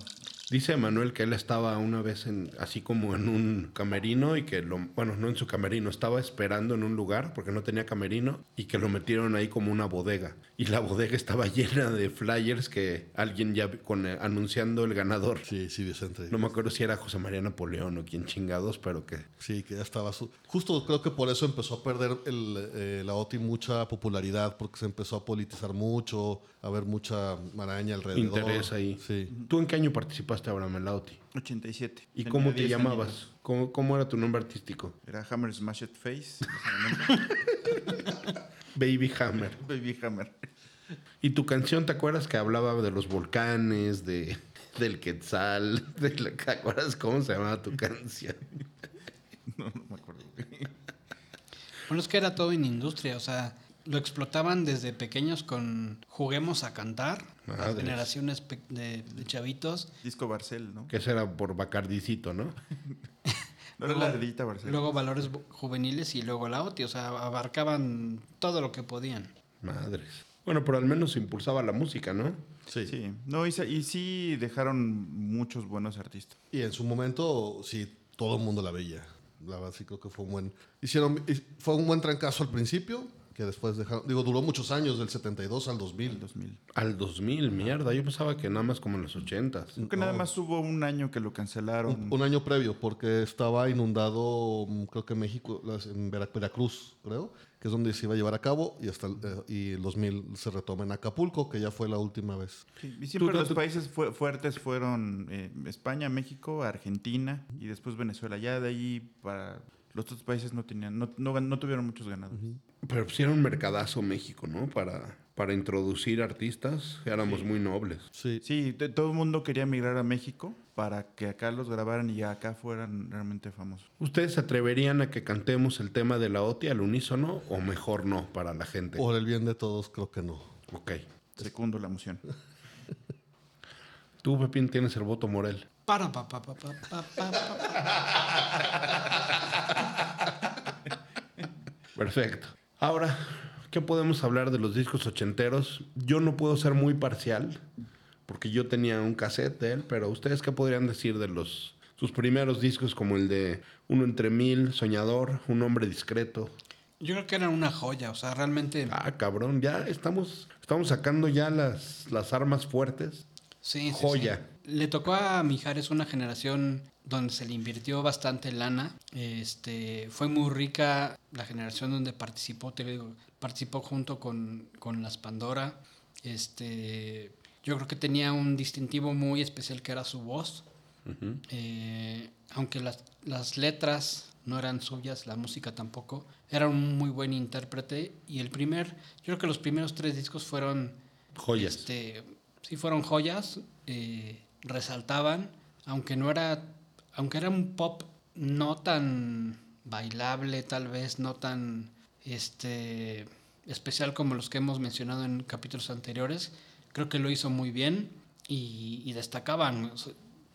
Dice Manuel que él estaba una vez en, así como en un camerino y que lo, bueno, no en su camerino, estaba esperando en un lugar porque no tenía camerino y que lo metieron ahí como una bodega. Y la bodega estaba [laughs] llena de flyers que alguien ya vi- con, eh, anunciando el ganador.
Sí, sí, Vicente.
No me acuerdo si era José María Napoleón o quién chingados, pero que
Sí, que ya estaba. su- Justo creo que por eso empezó a perder el, eh, la OTI mucha popularidad, porque se empezó a politizar mucho, a haber mucha maraña alrededor.
interés ahí.
Sí.
¿Tú en qué año participaste, Abraham en la OTI?
87.
¿Y
Tenía
cómo te
10
llamabas?
añitos.
¿Cómo, cómo era tu nombre artístico?
Era Hammer Smashed Face. [laughs] o sea, no,
Baby Hammer.
Baby Hammer.
¿Y tu canción, te acuerdas que hablaba de los volcanes, de, [laughs] del Quetzal? [laughs] De la- ¿Te acuerdas cómo se llamaba tu canción?
No, no me acuerdo.
Bueno, es que era todo en industria, o sea, lo explotaban desde pequeños con juguemos a cantar, las
Madres.
generaciones pe- de, de chavitos.
Disco Barcel, ¿no?
Que esa era por Bacardicito, ¿no?
No era la ardillita Barcel.
Luego valores bu- juveniles y luego la OTI, o sea, abarcaban todo lo que podían.
Madres. Bueno, pero al menos impulsaba la música, ¿no?
Sí.
Sí. No, y, se- y sí dejaron muchos buenos artistas.
Y en su momento, sí, todo el mundo la veía. La verdad, sí creo que fue un buen. Hicieron, y fue un buen trancazo al principio, que después dejaron. Digo, duró muchos años, del 72 al 2000.
2000.
Al 2000, mierda. Yo pensaba que nada más como en los 80.
Creo que nada más hubo un año que lo cancelaron.
Un, un año previo, porque estaba inundado, mm, creo que México, las- en Vera- Veracruz, creo, que es donde se iba a llevar a cabo, y hasta el, eh, y el 2000 se retoma en Acapulco, que ya fue la última vez.
Sí, Y siempre
Tú- tú-
los
tú-
países fue- fuertes fueron eh, España, México, Argentina y después Venezuela. Ya de ahí para los otros países no tenían, no, no, gan- no tuvieron muchos ganadores.
Pero pues sí era un mercadazo México, ¿no? Para, para introducir artistas éramos muy nobles.
Sí.
Sí, te- todo el mundo quería emigrar a México para que acá los grabaran y acá fueran realmente famosos.
¿Ustedes se atreverían a que cantemos el tema de la OTI al unísono o mejor no para la gente?
Por el bien de todos, creo que no.
Ok.
Segundo la moción.
Tú, Pepín, tienes el voto Morel.
Para, pa, pa, pa, pa, pa, pa, pa.
Perfecto. Ahora, ¿Qué podemos hablar de los discos ochenteros? Yo no puedo ser muy parcial, porque yo tenía un cassette de él, pero ¿ustedes qué podrían decir de los sus primeros discos como el de Uno entre Mil, Soñador, Un Hombre Discreto?
Yo creo que era una joya, o sea, realmente.
Ah, cabrón, ya estamos, estamos sacando ya las, las armas fuertes.
sí, sí, sí.
joya.
Le tocó a Mijares una generación donde se le invirtió bastante lana. Este, fue muy rica la generación donde participó, te digo, participó junto con, con las Pandora. Este, yo creo que tenía un distintivo muy especial que era su voz. Eh, aunque las, las letras no eran suyas, la música tampoco, era un muy buen intérprete y el primer, yo creo que los primeros tres discos fueron...
Joyas.
Este, sí fueron joyas, eh, resaltaban, aunque no era, aunque era un pop no tan bailable tal vez, no tan este, especial como los que hemos mencionado en capítulos anteriores, creo que lo hizo muy bien y, y destacaban, o sea,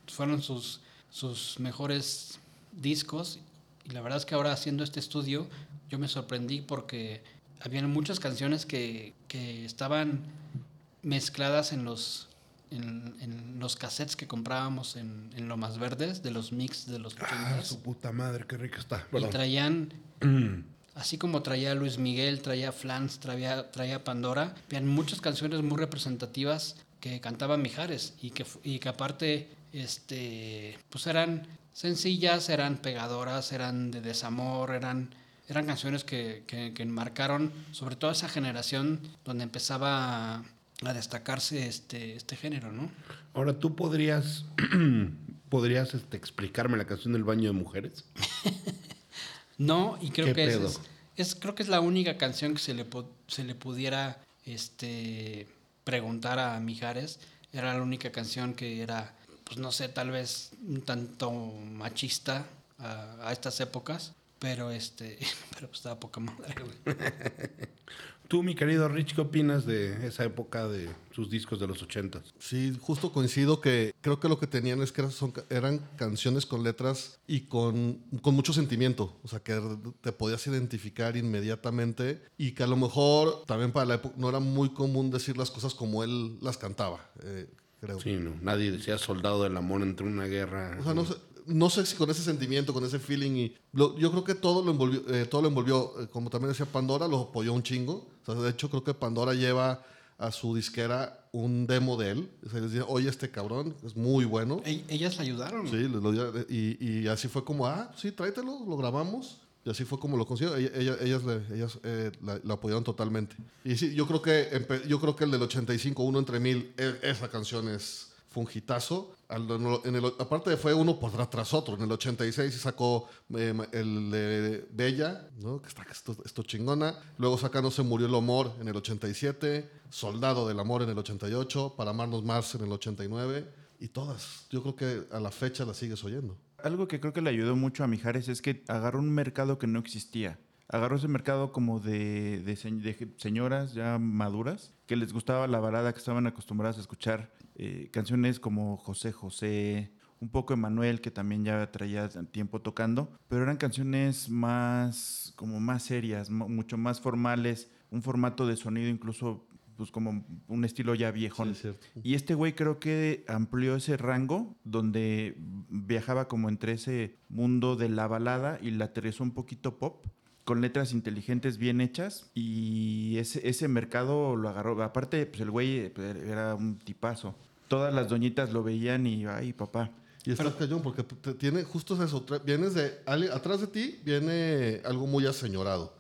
fueron sus, sus mejores discos y la verdad es que ahora haciendo este estudio yo me sorprendí porque habían muchas canciones que, que estaban mezcladas en los en, en los cassettes que comprábamos en, en Lomas Verdes de los mix de los
Ah,
80s.
su puta madre, qué rica está.
y
Perdón.
traían así como traía Luis Miguel traía Flans traía traía Pandora habían muchas canciones muy representativas que cantaba Mijares y que fu- y que aparte este pues eran sencillas eran pegadoras eran de desamor eran eran canciones que, que, que enmarcaron sobre todo esa generación donde empezaba a, a destacarse este, este género, ¿no?
[clears throat] Ahora, ¿tú podrías, [clears throat] podrías este, explicarme la canción del baño de mujeres?
No, y creo
¿Qué
que esa
pedo?
es, es- creo que es la única canción que se le pu- se le pudiera este preguntar a Mijares. Era la única canción que era, pues no sé, tal vez un tanto machista a, a estas épocas. Pero este, [laughs] pero pues estaba poca madre, güey.
Tú, mi querido Rich, ¿qué opinas de esa época de sus discos de los ochentas?
Sí, justo coincido que creo que lo que tenían es que eran, son- eran canciones con letras y con, con mucho sentimiento. O sea, que te podías identificar inmediatamente y que a lo mejor también para la época no era muy común decir las cosas como él las cantaba, eh, creo.
Sí, no, nadie decía soldado del amor entre una guerra.
O sea, no sé, no sé si con ese sentimiento, con ese feeling. Y lo- yo creo que todo lo envolvió, eh, todo lo envolvió eh, como también decía Pandora, lo apoyó un chingo. O sea, de hecho, creo que Pandora lleva a su disquera un demo de él. O sea, les dice, oye, este cabrón es muy bueno.
Ell- ¿E, Ellas la ayudaron.
Sí, lo- lo- y, y así fue como, ah, sí, tráetelo, lo grabamos. Y así fue como lo consiguió. Ella- ella- Ellas, le- ellas, eh, la, la apoyaron totalmente. Y sí, yo creo que, empe- yo creo que el del 85, Uno entre Mil, e- esa canción es fue un hitazo. Al- en el- en el- aparte fue uno por tra- tras otro. En el 86 sacó eh, ma- el de Bella, ¿no? que está que esto, esto chingona. Luego saca No se murió el amor en el 87, Soldado del amor en el 88, Para amarnos más en el 89. Y todas. Yo creo que a la fecha las sigues oyendo.
Algo que creo que le ayudó mucho a Mijares es que agarró un mercado que no existía. Agarró ese mercado como de, de se- de señoras ya maduras que les gustaba la balada, que estaban acostumbradas a escuchar eh, canciones como José José, un poco Emanuel, que también ya traía tiempo tocando, pero eran canciones más, como más serias, mu- mucho más formales, un formato de sonido incluso pues como un estilo ya viejón. Y este güey creo que amplió ese rango donde viajaba como entre ese mundo de la balada y la aterrizó un poquito pop, con letras inteligentes bien hechas y ese, ese mercado lo agarró. Aparte, pues el güey eh, pues, era un tipazo. Todas las doñitas lo veían y, ay, papá.
Y está cañón porque te- tiene justo eso. tra- Vienes de. ale- Atrás de ti viene algo muy aseñorado.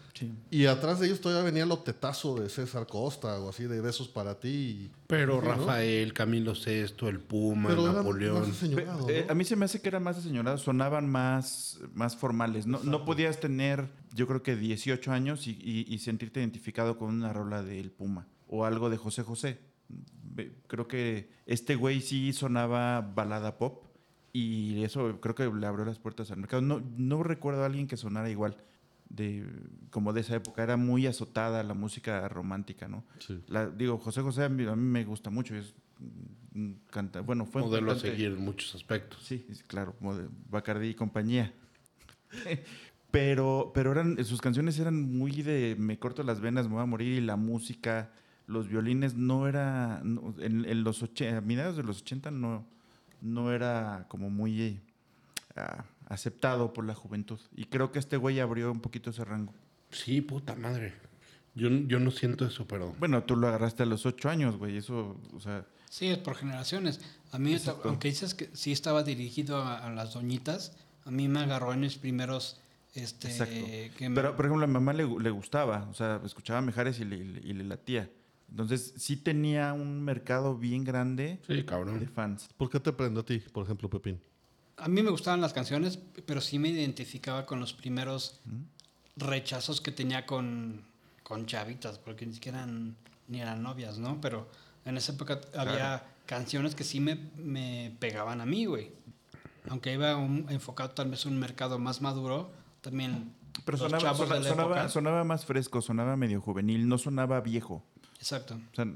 Y atrás de ellos todavía venía el octetazo de César Costa o así de besos para ti. y-
Pero
Sí, ¿no?
Rafael, Camilo VI, el Puma,
Pero era más
Napoleón.
Pe-
aseñorado.
eh,
¿no?
a mí se me hace que eran más señoras, sonaban más, más formales. No, no podías tener, yo creo que 18 años y, y- y sentirte identificado con una rola del Puma o algo de José José. Ve- Creo que este güey sí sonaba balada pop y eso creo que le abrió las puertas al mercado. No, no recuerdo a alguien que sonara igual. De, como de esa época era muy azotada la música romántica, ¿no? La- digo, José José a mí, a mí me gusta mucho, es mm, canta, bueno, fue un
modelo a
cantante-
seguir en muchos aspectos.
Sí, es- claro, como de Bacardi y compañía. [laughs] Pero, pero eran, sus canciones eran muy de me corto las venas, me voy a morir, y la música, los violines, no era. no, en, en los oche- a mediados de los 80 no, no era como muy eh, ah, aceptado por la juventud. Y creo que este güey abrió un poquito ese rango.
Sí, puta madre. Yo, yo no siento eso, pero.
Bueno, tú lo agarraste a los 8 años, güey, eso, o sea.
Sí, es por generaciones. A mí,
Exacto.
aunque dices que sí estaba dirigido a, a las doñitas, a mí me agarró en mis primeros... Este,
Exacto.
que me-
Pero, por ejemplo, a mi mamá le, gu- le gustaba, o sea, escuchaba a Mejares y le, y le- y le latía. Entonces, sí tenía un mercado bien grande
Sí,
de
cabrón.
fans.
¿Por qué te prende a ti, por ejemplo, Pepín?
A mí me gustaban las canciones, pero sí me identificaba con los primeros rechazos que tenía con, con chavitas, porque ni siquiera eran, ni eran novias, ¿no? Pero en esa época había canciones que sí me, me pegaban a mí, güey. Aunque iba un- enfocado tal vez a un mercado más maduro, también
Pero
los
sonaba,
chavos
sona-
de la
sonaba-
época-
sonaba más fresco, sonaba medio juvenil, no sonaba viejo.
Exacto.
O sea,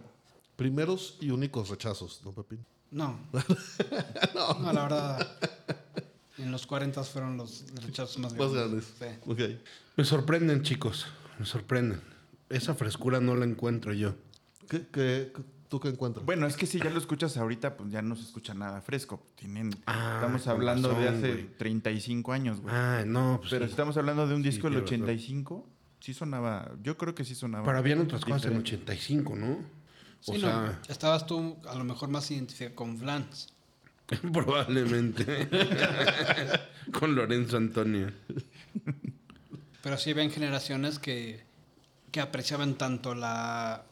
Primeros y únicos rechazos, ¿no, Pepín?
No. no. la verdad. En los 40 fueron los rechazos más
Más
grandes.
grandes.
Sí.
Ok.
Me sorprenden, chicos. Me sorprenden. Esa frescura no la encuentro yo.
¿Qué, qué- tú qué encuentras?
bueno, es que si ya lo escuchas ahorita, pues ya no se escucha nada fresco. Tienen,
Ah,
estamos
con
hablando de
razón,
hace
güey.
35 años, güey.
Ah, no, pues.
Pero si
sí.
estamos hablando de un
Sí,
disco del
tienes razón.
85, sí sonaba, yo creo que sí sonaba.
Pero habían otras cosas en
diferente.
85, ¿no?
Sí,
O
no,
sea,
estabas tú a lo mejor más identificado con Flans.
[laughs] probablemente. [laughs] Con Lorenzo Antonio.
Pero sí ven generaciones que, que apreciaban tanto la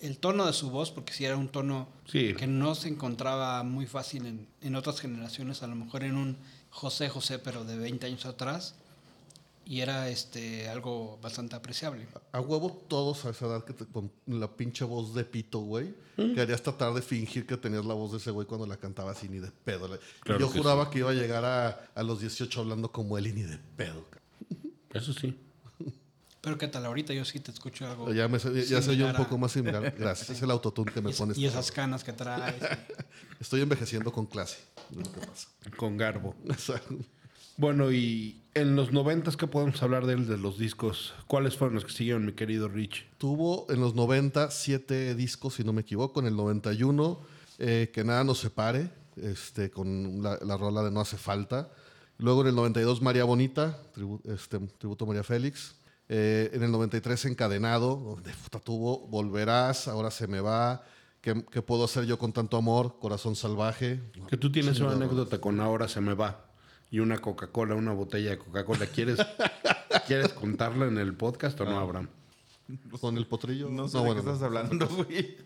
el tono de su voz, porque sí era un tono
Sí.
que no se encontraba muy fácil en, en otras generaciones, a lo mejor en un José José, pero de 20 años atrás, y era este algo bastante apreciable.
A huevo todos a esa edad que te- con la pinche voz de pito, güey,
¿Mm?
que harías tratar de fingir que tenías la voz de ese güey cuando la cantaba así ni de pedo. Le-
Claro
Yo
que
juraba que iba a llegar a, a los 18 hablando como él y ni de pedo. ca-
Eso sí.
Pero qué tal ahorita, yo sí te escucho algo.
Ya, me, sé- ya soy yo un
Similar a-
poco más similar. Gracias, es el autotune que
[laughs]
me
y, es-
pones.
y esas canas que traes.
Estoy envejeciendo con clase. Es lo que pasa. [laughs]
Con Garbo.
O sea,
Bueno, y en los noventas, ¿qué podemos hablar de, él, de los discos? ¿Cuáles fueron los que siguieron, mi querido Rich?
Tuvo en los 90 siete discos, si no me equivoco. En el 91, eh, Que Nada Nos Separe, este, con la, la rola de No Hace Falta. Luego en el 92, María Bonita, tribu- este, tributo a María Félix. Eh, en el 93, Encadenado, donde puta, tuvo Volverás, Ahora Se Me Va, ¿Qué, qué puedo hacer yo con tanto amor? Corazón Salvaje.
Que tú tienes una anécdota con Ahora se me va y una Coca-Cola, una botella de Coca-Cola. ¿Quieres, ¿Quieres contarla en el podcast o no, Abraham?
¿Con el potrillo?
No sé de
bueno,
qué estás hablando, [laughs] güey.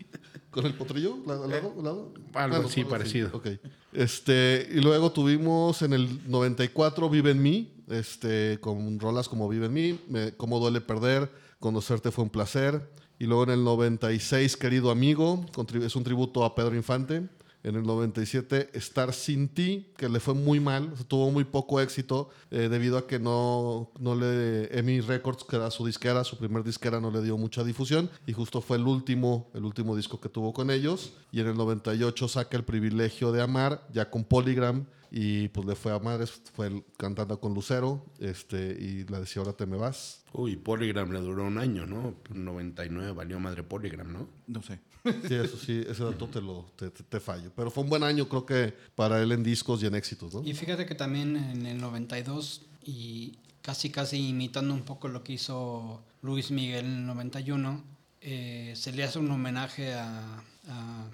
¿Con el potrillo? ¿La- ¿Al lado? ¿Al lado?
Eh,
Ah,
algo así,
algo
parecido.
Ok. Este, y luego tuvimos en el 94 Vive en mí, este, con rolas como Vive en mí, me- Cómo duele perder, Conocerte fue un placer. Y luego en el 96 Querido amigo, con tri- es un tributo a Pedro Infante. En el 97 Estar sin ti, que le fue muy mal, o sea, tuvo muy poco éxito eh, debido a que no, no le... Emmy Records, que era su disquera, su primer disquera, no le dio mucha difusión y justo fue el último, el último disco que tuvo con ellos. Y en el 98 saca El privilegio de amar, ya con Polygram y pues le fue a madres, fue el- cantando con Lucero este, y la decía Ahora te me vas.
Uy, Polygram le duró un año, ¿no? 99 valió madre Polygram, ¿no?
No sé.
Sí, eso sí, ese dato te lo te, te- te fallo. Pero fue un buen año creo que para él en discos y en éxitos, ¿no?
Y fíjate que también en el 92 y casi casi imitando un poco lo que hizo Luis Miguel en el 91, eh, se le hace un homenaje a... a-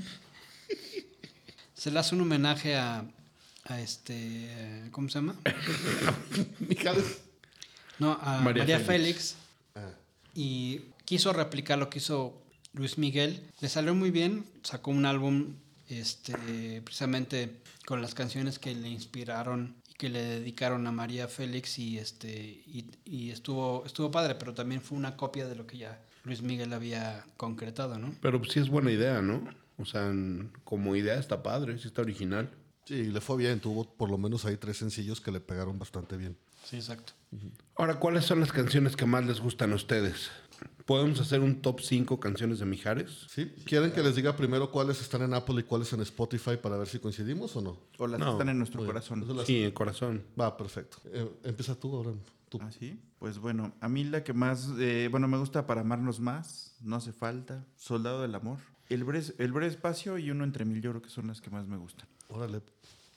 [laughs] se le hace un homenaje a, a este... ¿Cómo se llama?
Mijales.
No, a
María
María, Félix.
Félix.
Ah.
Y quiso replicar lo que hizo Luis Miguel. Le salió muy bien. Sacó un álbum este, precisamente con las canciones que le inspiraron y que le dedicaron a María Félix. Y, este, y, y estuvo, estuvo padre, pero también fue una copia de lo que ya Luis Miguel había concretado, ¿no?
Pero pues, sí es buena idea, ¿no? O sea, en- como idea está padre, sí está original.
Sí, le fue bien, tuvo por lo menos ahí tres sencillos que le pegaron bastante bien.
Sí, exacto.
Ahora, ¿cuáles son las canciones que más les gustan a ustedes? ¿Podemos hacer un top 5 canciones de Mijares?
¿Sí? ¿Quieren que les diga primero cuáles están en Apple y cuáles en Spotify para ver si coincidimos o no?
O las que
No,
están en nuestro
Muy bien.
corazón.
Entonces las-
Sí, el corazón.
Va, perfecto. Eh, empieza tú, Abraham. Tú.
¿Ah, sí? Pues bueno, a mí la que más, eh, bueno, me gusta para amarnos más, no hace falta, Soldado del Amor, El Bre, el Bre Espacio y Uno entre mil, yo creo que son las que más me gustan.
Órale.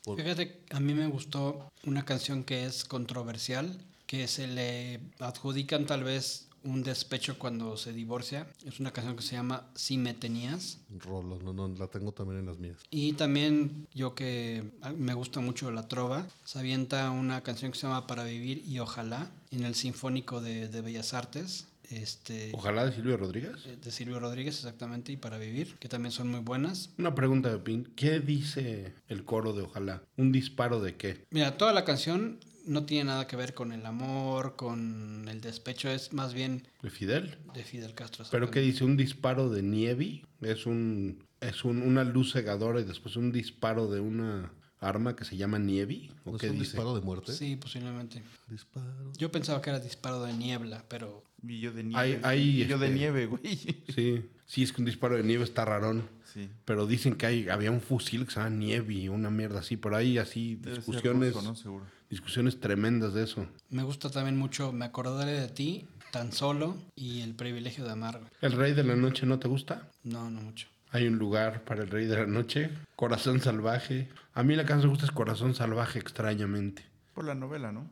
Por-
Fíjate, a mí me gustó una canción que es controversial, que se le adjudican tal vez un despecho cuando se divorcia. Es una canción que se llama Si me tenías.
Rolo, no, no, la tengo también en las mías.
Y también yo que ah, me gusta mucho la trova, se avienta una canción que se llama Para Vivir y Ojalá en el Sinfónico de, de Bellas Artes. Este,
Ojalá de Silvio Rodríguez.
eh, de Silvio Rodríguez, exactamente, y Para Vivir, que también son muy buenas.
Una pregunta de Pin. ¿Qué dice el coro de Ojalá? ¿Un disparo de qué?
Mira, toda la canción no tiene nada que ver con el amor, con el despecho, es más bien
¿De Fidel?
de Fidel Castro.
¿Pero qué dice? ¿Un disparo de Nievi? Es un es un- una luz cegadora y después un disparo de una arma que se llama Nievi? ¿O
¿No es
qué
un
dice?
disparo de muerte?
Sí, posiblemente.
Disparo.
Yo pensaba que era disparo de niebla, pero
Y yo de nieve.
Hay-
sí,
hay,
y yo de
este- [laughs]
nieve, güey.
Sí, sí, es que un disparo de nieve está rarón.
Sí.
Pero dicen que hay, había un fusil que se llama Nievi, una mierda así, pero hay así
Debe ser
discusiones,
ruso, ¿no? Seguro.
discusiones tremendas de eso.
me gusta también mucho Me acordaré de ti, Tan solo y El privilegio de amar. güey.
¿El Rey de la Noche no te gusta?
No, no mucho.
Hay un lugar para el Rey de la Noche, Corazón Salvaje. A mí la que más me gusta es Corazón Salvaje, extrañamente.
Por la novela, ¿no?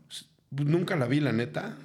Nunca la vi, la neta,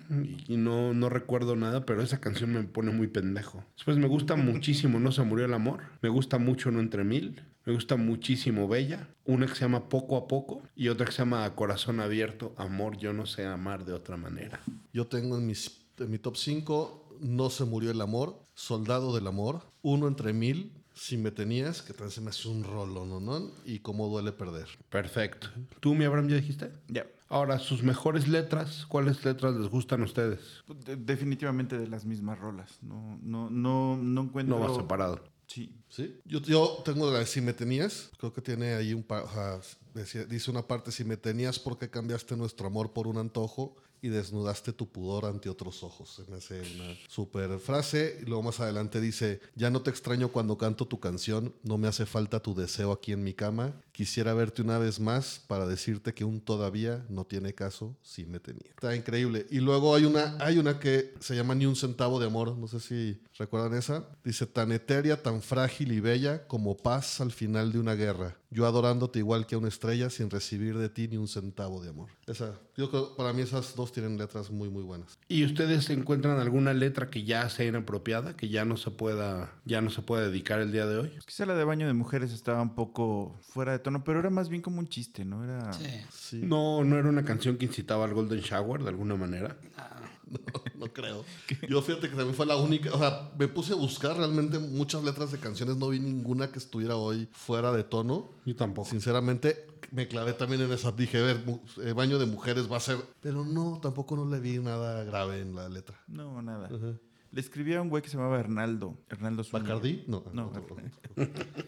y no, no recuerdo nada, pero esa canción me pone muy pendejo. Después me gusta muchísimo No se murió el amor, me gusta mucho No entre mil, me gusta muchísimo Bella, una que se llama Poco a Poco y otra que se llama Corazón Abierto, Amor, yo no sé amar de otra manera.
Yo tengo en, mis, en mi top 5 No se murió el amor, Soldado del amor, Uno entre mil, Si me tenías, que también se me hace un rolo, ¿no? no? Y cómo duele perder.
Perfecto. ¿Tú, mi Abraham, ya dijiste?
Ya.
Ahora, sus mejores letras, ¿cuáles letras les gustan a ustedes?
Pues De- definitivamente de las mismas rolas. No, no, no, no encuentro.
No va separado.
Sí.
¿Sí? Yo, yo tengo la de Si me tenías, creo que tiene ahí un par, o sea, decía- dice una parte, Si me tenías porque cambiaste nuestro amor por un antojo y desnudaste tu pudor ante otros ojos. Se me hace una super frase. Y luego más adelante dice, ya no te extraño cuando canto tu canción, no me hace falta tu deseo aquí en mi cama, quisiera verte una vez más para decirte que un todavía no tiene caso Si me tenías. Está increíble. Y luego hay una, hay una que se llama Ni un centavo de amor, no sé si recuerdan esa. Dice, tan etérea, tan frágil y bella como paz al final de una guerra. Yo adorándote igual que a una estrella sin recibir de ti ni un centavo de amor. Esa, yo creo, para mí esas dos tienen letras muy, muy buenas.
¿Y ustedes encuentran alguna letra que ya sea inapropiada, que ya no se pueda, ya no se pueda dedicar el día de hoy?
Pues quizá la de baño de mujeres estaba un poco fuera de tono, pero era más bien como un chiste, ¿no? Era.
Sí.
Sí,
No, no era una canción que incitaba al Golden Shower de alguna manera.
[laughs] no creo. Yo fíjate que también fue la única, o sea, me puse a buscar realmente muchas letras de canciones, no vi ninguna que estuviera hoy fuera de tono.
Yo tampoco.
Sinceramente, me clavé también en esa. Dije, a ver, mu- eh, baño de mujeres va a ser. Pero no, tampoco no le vi nada grave en la letra.
No, nada. Le escribía a un güey que se llamaba Hernaldo. Hernaldo Zúñiga.
¿Bacardí? No.
No,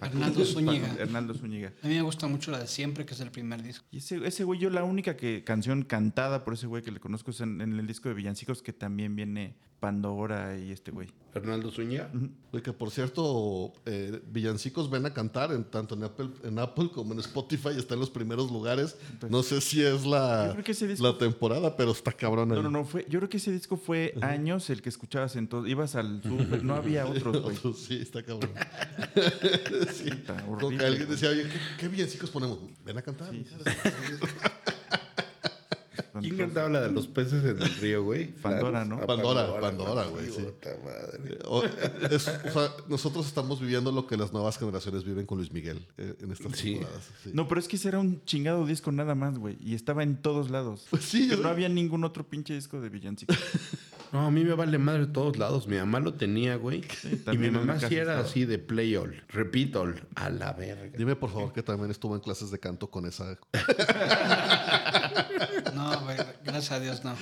Hernando Zúñiga.
Hernaldo Zúñiga.
A mí me gusta mucho la de siempre, que es el primer disco.
Y ese, ese güey, yo la única que, canción cantada por ese güey que le conozco es en, en el disco de Villancicos, que también viene Pandora y este güey.
Fernando Zúñiga.
[laughs] Oye, que por cierto, eh, Villancicos ven a cantar en, tanto en Apple, en Apple como en Spotify. Está en los primeros lugares. No sé si es
Yo
la,
creo que ese disco-
Ah, la temporada, pero está cabrón.
No,
ahí. [laughs]
no, no, fue, yo creo que ese disco fue años el que escuchabas entonces. Ibas al súper, no había
[laughs]
otros, güey.
Otro, sí, está cabrón. sí.
Está
Como
horrible,
que alguien
güey.
decía, oye, ¿qué, qué villancicos ponemos? Ven a cantar.
¿Quién cantaba la de los peces en el río, güey?
Pandora,
La-
¿no?
a
[laughs] Pandora, Pandora, güey, sí.
Puta madre.
O- es- o sea, nosotros estamos viviendo lo que las nuevas generaciones viven con Luis Miguel eh, en estas
Sí.
temporadas. Sí.
No, pero es que ese era un chingado disco nada más, güey. Y estaba en todos lados.
Pues [laughs] sí, yo-
no había ningún otro pinche disco de Villancicos.
No, a mí me vale madre de todos lados. Mi mamá lo tenía, güey. y mi
también en mi
mamá
casa
sí era
estaba.
así de play all, repeat all, a la verga.
Dime por favor que también estuvo en clases de canto con esa.
No, güey, gracias a Dios no.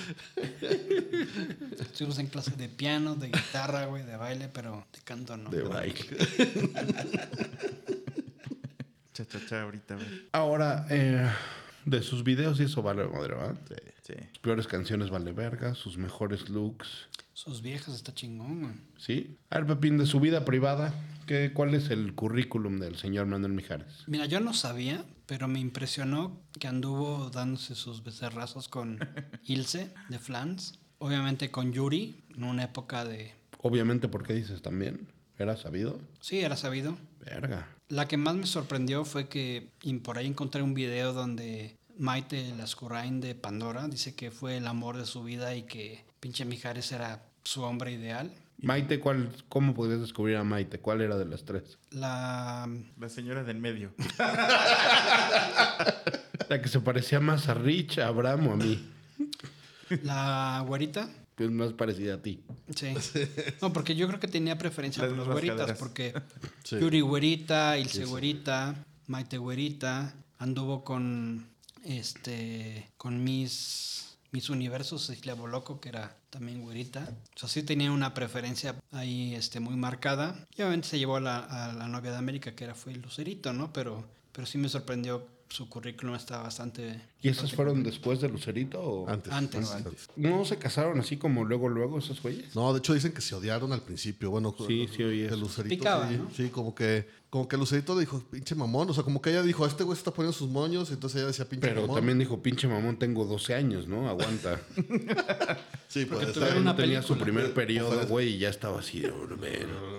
Estuvimos en clase de piano, de guitarra, güey, de baile, pero de canto no.
De baile.
Cha, cha, cha, ahorita, güey.
Ahora, eh, de sus videos y eso vale madre, ¿verdad?
Sí.
Sus peores canciones vale verga, sus mejores looks,
Sus viejas está chingón, güey.
¿sí? A ver, Pepín, de su vida privada, ¿qué, ¿cuál es el currículum del señor Manuel Mijares?
Mira, yo no sabía, pero me impresionó que anduvo dándose sus becerrazos con Ilse de Flans. Obviamente con Yuri, en una época de.
Obviamente, ¿por qué dices también? ¿Era sabido?
Sí, era sabido.
Verga.
La que más me sorprendió fue que y por ahí encontré un video donde Maite Lascurain de Pandora dice que fue el amor de su vida y que pinche Mijares era su hombre ideal.
Maite, ¿cuál, ¿cómo podías descubrir a Maite? ¿Cuál era de las tres? [laughs]
La.
La señora del medio.
La que se parecía más a Rich, a Abraham o a mí.
La güerita.
que Es más parecida a ti.
Sí. No, porque yo creo que tenía preferencia
Las
por las
mismas
güeritas,
caderas.
porque
Sí.
Yuri güerita, Ilse güerita, Maite güerita, anduvo con este con mis mis universos Isla Boloco, que era también güerita. O sea, sí tenía una preferencia ahí este, muy marcada. Y obviamente se llevó a la, a la novia de América, que era fue Lucerito, ¿no? Pero, pero sí me sorprendió, su currículum estaba bastante...
¿Y esas fueron después de Lucerito o
Antes.
Antes.
¿No se casaron así como luego, luego esos güeyes?
No, de hecho dicen que se odiaron al principio. Bueno,
Sí, sí oí
que
eso.
Lucerito.
Picaba,
sí,
¿no?
sí, como que, como que Lucerito le dijo, pinche mamón. O sea, como que ella dijo, este güey se está poniendo sus moños, entonces ella decía pinche
Pero
mamón.
también dijo, pinche mamón, tengo 12 años, ¿no? Aguanta.
Sí,
Porque
pues,
tuvieron una película.
tenía su primer periodo, güey, y ya estaba así de "Oh, "Bueno".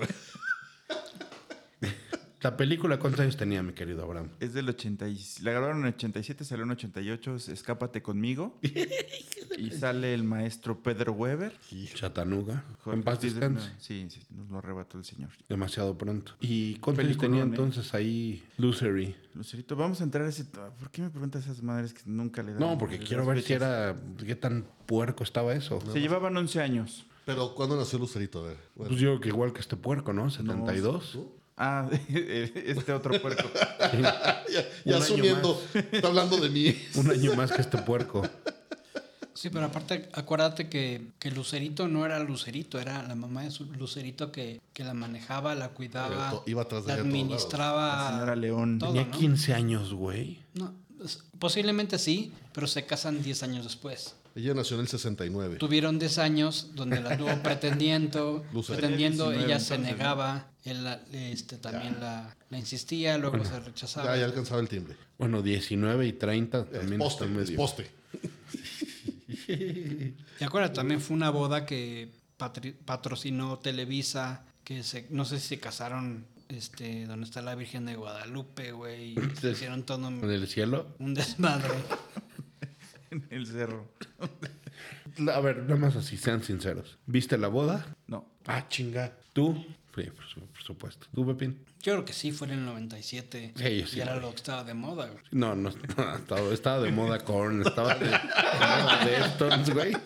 La película, ¿cuántos años tenía, mi querido Abraham?
Es del 80 y... La grabaron en 87, salió en 88, es Escápate conmigo. y sale el maestro Pedro Weber.
Chatanuga. En paz
Sí,
descanse.
Sí, sí, nos lo arrebató el señor.
Demasiado pronto. ¿Y cuántos años
Peliculón,
tenía
¿eh?
entonces ahí Lucery?
Lucerito, vamos a entrar a ese... ¿Por qué me preguntas esas madres que nunca le dan?
No, porque
las
quiero ver si
fechas?
era. ¿Qué tan puerco estaba eso?
Se llevaban 11 años.
Pero ¿cuándo nació Lucerito? A ver. bueno.
Pues yo creo que igual que este puerco, ¿no? 72.
Ah, [laughs] este otro puerco.
[laughs] ya ya
Un año
asumiendo, [laughs] está hablando de mí.
Un año más que este puerco.
Sí, pero aparte, acuérdate que, que Lucerito no era Lucerito, era la mamá de su- Lucerito que, que la manejaba, la
Pero
cuidaba,
to- iba atrás de
la
ella a todos lados.
La señora
administraba.
León.
todo,
Tenía
¿no?
15 años, güey.
No, es- posiblemente sí, pero se casan 10 años después.
Ella nació en el 69.
Tuvieron 10 años donde la
[laughs]
tuvo pretendiendo,
Lucerito.
pretendiendo,
Tenía
ella
19
se
entonces, ¿no?
negaba, él la- este, también la, la insistía, luego se rechazaba.
Ya, ya alcanzaba el timbre.
Bueno, 19 y 30
Es
también
poste,
están
es
medio.
poste.
¿Te acuerdas? También fue una boda que patri- patrocinó Televisa, que se, no sé si se casaron este, donde está la Virgen de Guadalupe, güey. y Se hicieron todo
En
un,
el cielo.
un desmadre.
En el cerro.
A ver, nada más así, sean sinceros. ¿Viste la boda?
No.
Ah, chinga. ¿Tú? Sí, por, su- por supuesto. ¿Tú, Pepín?
Yo creo que sí, fue en el 97.
Sí, yo sí,
y era
güey.
lo que estaba de moda, güey.
No, no, no, estaba, estaba de moda Korn, estaba de, de moda de Stones, güey.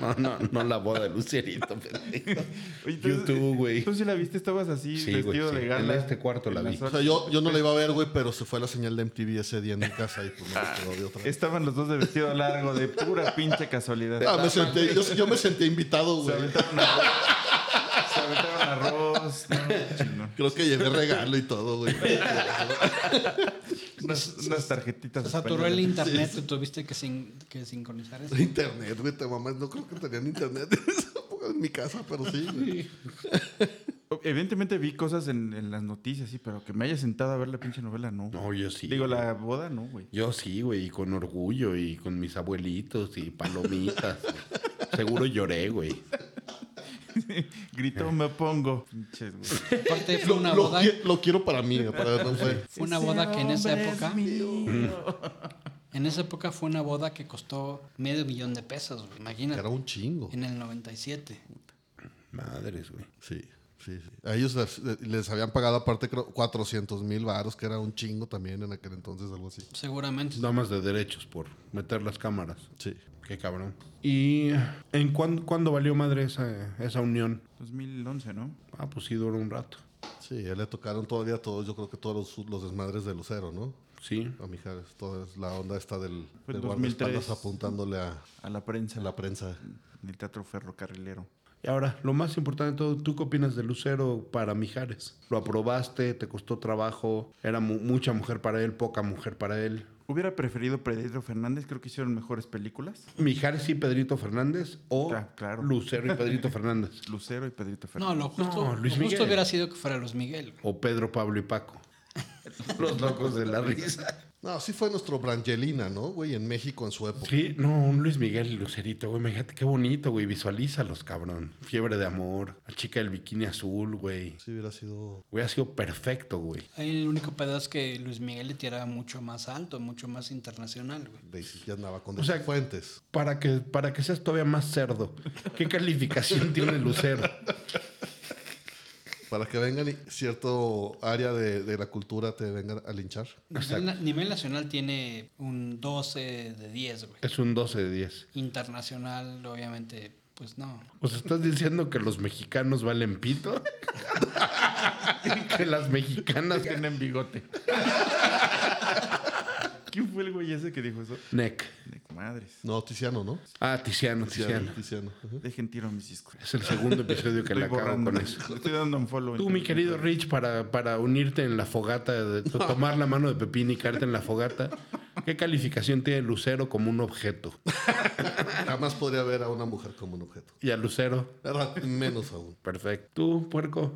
No, no, no la boda de Lucerito, pendejo.
Oye,
YouTube, güey.
Tú sí la viste, estabas así,
Sí, güey,
vestido
sí.
de gala.
En este cuarto la
En las
vi.
O
horas-
sea, yo, yo no la iba a ver, güey, pero se fue la señal de MTV ese día en mi casa y pues no me quedó de otra.
Estaban los dos de vestido largo, de pura pinche casualidad.
Ah, me senté, yo, yo me senté invitado,
Se
güey.
aventaron arroz. Se aventaron arroz. No, chingón.
Creo que llevé regalo y todo, güey. [laughs]
Unas, unas tarjetitas.
Se saturó el
españolas.
internet y tuviste que, sin- que sincronizar eso.
Internet, güey, te mamás. No creo que tenían internet en esa época en mi casa, pero sí. güey.
Evidentemente vi cosas en, en las noticias, sí, pero que me haya sentado a ver la pinche novela, no.
No, yo sí.
Digo, la boda, no, güey. [laughs]
Yo sí, güey, y con orgullo, y con mis abuelitos, y palomitas. Seguro lloré, güey.
Gritó, me pongo. Pinches, güey.
Aparte, fue
[laughs] Lo,
una
lo
boda,
qui- lo quiero para mí, para no sé.
fue una boda que en esa
Ese
época,
hombre es mío.
en esa época fue una boda que costó medio millón de pesos, güey.
Era
Imagínate.
un chingo.
En el 97.
Madres, güey.
Sí, sí, sí. A ellos les, les habían pagado aparte creo, 400 mil varos, que era un chingo también en aquel entonces, algo así.
Seguramente.
Nada más de derechos por meter las cámaras.
Sí.
Qué cabrón. ¿Y en cuán- cuándo valió madre esa, esa unión?
2011, ¿no?
Ah, pues sí, duró un rato.
Sí, a él le tocaron todavía todos, yo creo que todos los, los desmadres de Lucero, ¿no?
Sí.
A Mijares, toda es la onda esta del,
Fue en
del guardaespaldas
2003.
apuntándole a,
A la prensa.
a la prensa.
En el teatro ferrocarrilero.
Y ahora, lo más importante de todo, ¿tú qué opinas de Lucero para Mijares? ¿Lo aprobaste? ¿Te costó trabajo? ¿Era mu- mucha mujer para él? ¿Poca mujer para él?
Hubiera preferido Pedro Fernández, creo que hicieron mejores películas.
¿Mijares y Pedrito Fernández? ¿O
Ah, claro.
Lucero y Pedrito Fernández?
Lucero y Pedrito Fernández.
No, lo justo,
No, Luis
lo justo
Miguel.
hubiera sido que fuera Luis Miguel.
¿O Pedro, Pablo y Paco? [laughs] Los locos de la risa.
No, sí fue nuestro Brangelina, ¿no, güey? En México en su época.
Sí, no, un Luis Miguel y Lucerito, güey. Imagínate qué bonito, güey. Visualízalos, cabrón. Fiebre de amor. La chica del bikini azul, güey.
Sí hubiera sido...
Hubiera sido perfecto, güey.
Ahí el único pedo es que Luis Miguel le tiraba mucho más alto, mucho más internacional, güey.
Daisy ya andaba con
O sea-
Fuentes.
Para que, para que seas todavía más cerdo. ¿Qué calificación tiene Lucero?
Para que vengan y cierto área de, de la cultura te vengan a linchar.
Nivel, na- nivel nacional tiene un 12 de 10, güey.
Es un 12 de 10.
Internacional, obviamente, pues no.
O sea, ¿estás diciendo que los mexicanos valen pito? [laughs] que las mexicanas...
Tienen bigote. ¿Quién fue el güey ese que dijo eso?
Neck.
De madres.
No, Tiziano, ¿no?
Ah, Tiziano, Tiziano.
Tiziano. ajá.
Dejen tiro a mis discos.
Es el segundo episodio que le
Estoy
acabo
borrando.
con eso.
Le Estoy dando un follow. en
Tú, mi
Twitter.
querido Rich, para, para unirte en la fogata, de, de tomar la mano de Pepín y caerte en la fogata, ¿qué calificación tiene Lucero como un objeto?
Jamás podría ver a una mujer como un objeto.
Y a Lucero,
Era menos aún.
perfecto. Tú, puerco,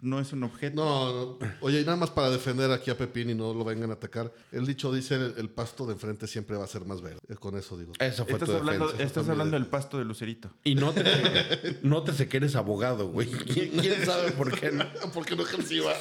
No es un objeto.
No, no. Oye, y nada más para defender aquí a Pepín y no lo vengan a atacar. El dicho dice, el, el pasto de enfrente siempre va a ser más verde. Eh, Con eso digo.
eso fue
Estás
tu
hablando,
defensa.
estás hablando del pasto de Lucerito.
Y no te,
[laughs]
no te sé que eres abogado, güey. ¿Quién, quién sabe por qué no?
Porque no ejerciba.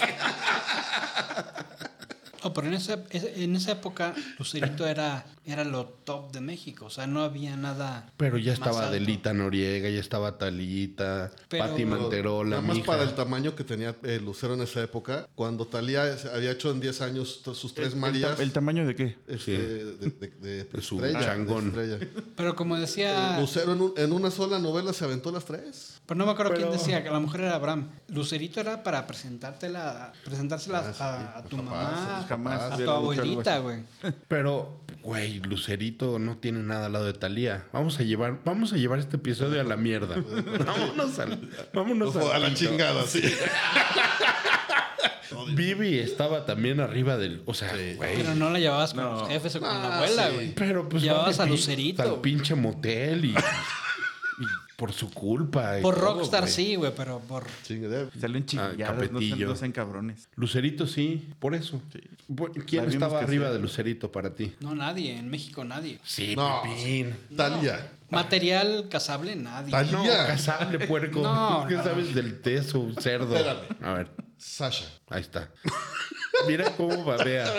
No, pero en esa, es- en esa época Lucerito era, era lo top de México. O sea, no había nada.
Pero ya
más
estaba
alto.
Adelita Noriega, ya estaba Talita,
Pero-
Pati Manterola,
Nada más
mija.
para el tamaño que tenía eh, Lucero en esa época. Cuando Talía se había hecho en 10 años t- sus tres Marías.
¿El tamaño de qué?
este,
Sí.
de, de-
[laughs]
de- de
su
estrella, de
changón.
estrella.
Pero como decía.
Lucero en, un- en una sola novela se aventó las tres.
Pero no me acuerdo
Pero-
quién decía que la mujer era Abraham. Lucerito era para presentártela, presentársela a- a, a tu
papás,
mamá,
tus
jamás
a tu
hubiera dicho algo
abuelita,
así.
güey.
Pero, güey, Lucerito no tiene nada al lado de Talía. Vamos a llevar, vamos a llevar este episodio a la [laughs] mierda. vámonos al, vámonos
Ojo,
al
a la
pito.
chingada,
[laughs]
sí.
Vivi estaba también arriba del, o sea, güey.
Pero no la llevabas con
No.
los jefes o con
Ah,
la abuela,
sí.
güey.
Pero pues
Llevabas
vale,
a
pi-
Lucerito.
al pinche motel y, y por su culpa. y
Por
todo,
Rockstar
güey.
sí, güey, pero por.
Chingadera.
Salió en chingadas, no, sean,
Ah, Capetillo.
no sean cabrones.
Lucerito sí, por eso. Bu- ¿Quién
La vimos
estaba
que
arriba
sí.
de Lucerito para ti?
No, nadie. En México, nadie.
Sí,
No.
Pepín.
Talía.
Material casable, nadie.
Tal-
No,
Ya.
casable, puerco.
No,
¿Tú ¿Qué
no.
sabes del teso, cerdo?
Espérame.
A ver.
Sasha.
Ahí está. Mira cómo babea.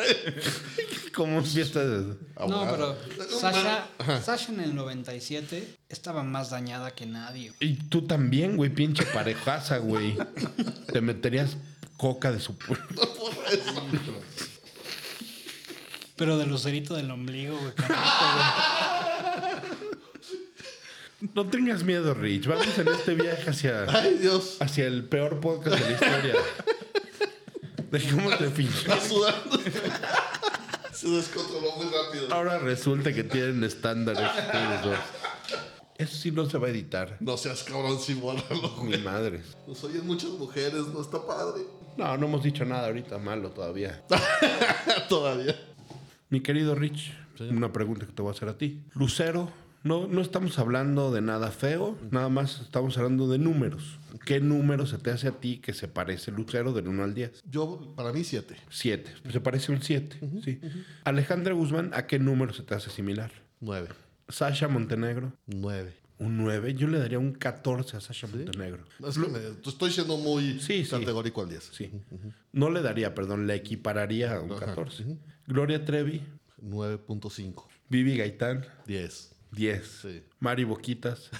cómo empieza.
No,
Abogada.
pero Sasha, Sasha en el 97 estaba más dañada que nadie. güey.
Y tú también, güey, pinche parejaza, güey. Te meterías coca de su pu-
Pero de Lucerito del ombligo, güey. carnita,
No tengas miedo, Rich. Vamos en este viaje hacia,
Ay, Dios.
hacia el peor podcast de la historia. Dejémosle fingir.
Está sudando. [laughs] Se descontroló muy rápido.
Ahora resulta que tienen estándares ustedes dos. Eso sí no se va a editar.
No seas cabrón sin borrarlo,
Mi
güey.
madre.
Nos oyen Pues muchas mujeres, no está padre. [laughs]
No, no hemos dicho nada ahorita malo todavía.
Todavía.
Mi querido Rich, una pregunta que te voy a hacer a ti. Lucero, no, no estamos hablando de nada feo, nada más estamos hablando de números. ¿Qué número se te hace a ti que se parece Lucero del 1 al 10?
Yo, para mí, siete.
7. Se parece un 7, sí. Alejandra Guzmán, ¿a qué número se te hace similar?
Nueve.
Sasha Montenegro,
Nueve.
un 9. Yo le daría un 14 a Sasha Montenegro.
Es que me- te estoy siendo muy
Sí, sí.
categórico al diez.
Sí. No le daría, perdón, le equipararía a un 14. Gloria Trevi,
9.5.
Vivi Gaitán,
10.
10.
Sí.
Mari Boquitas,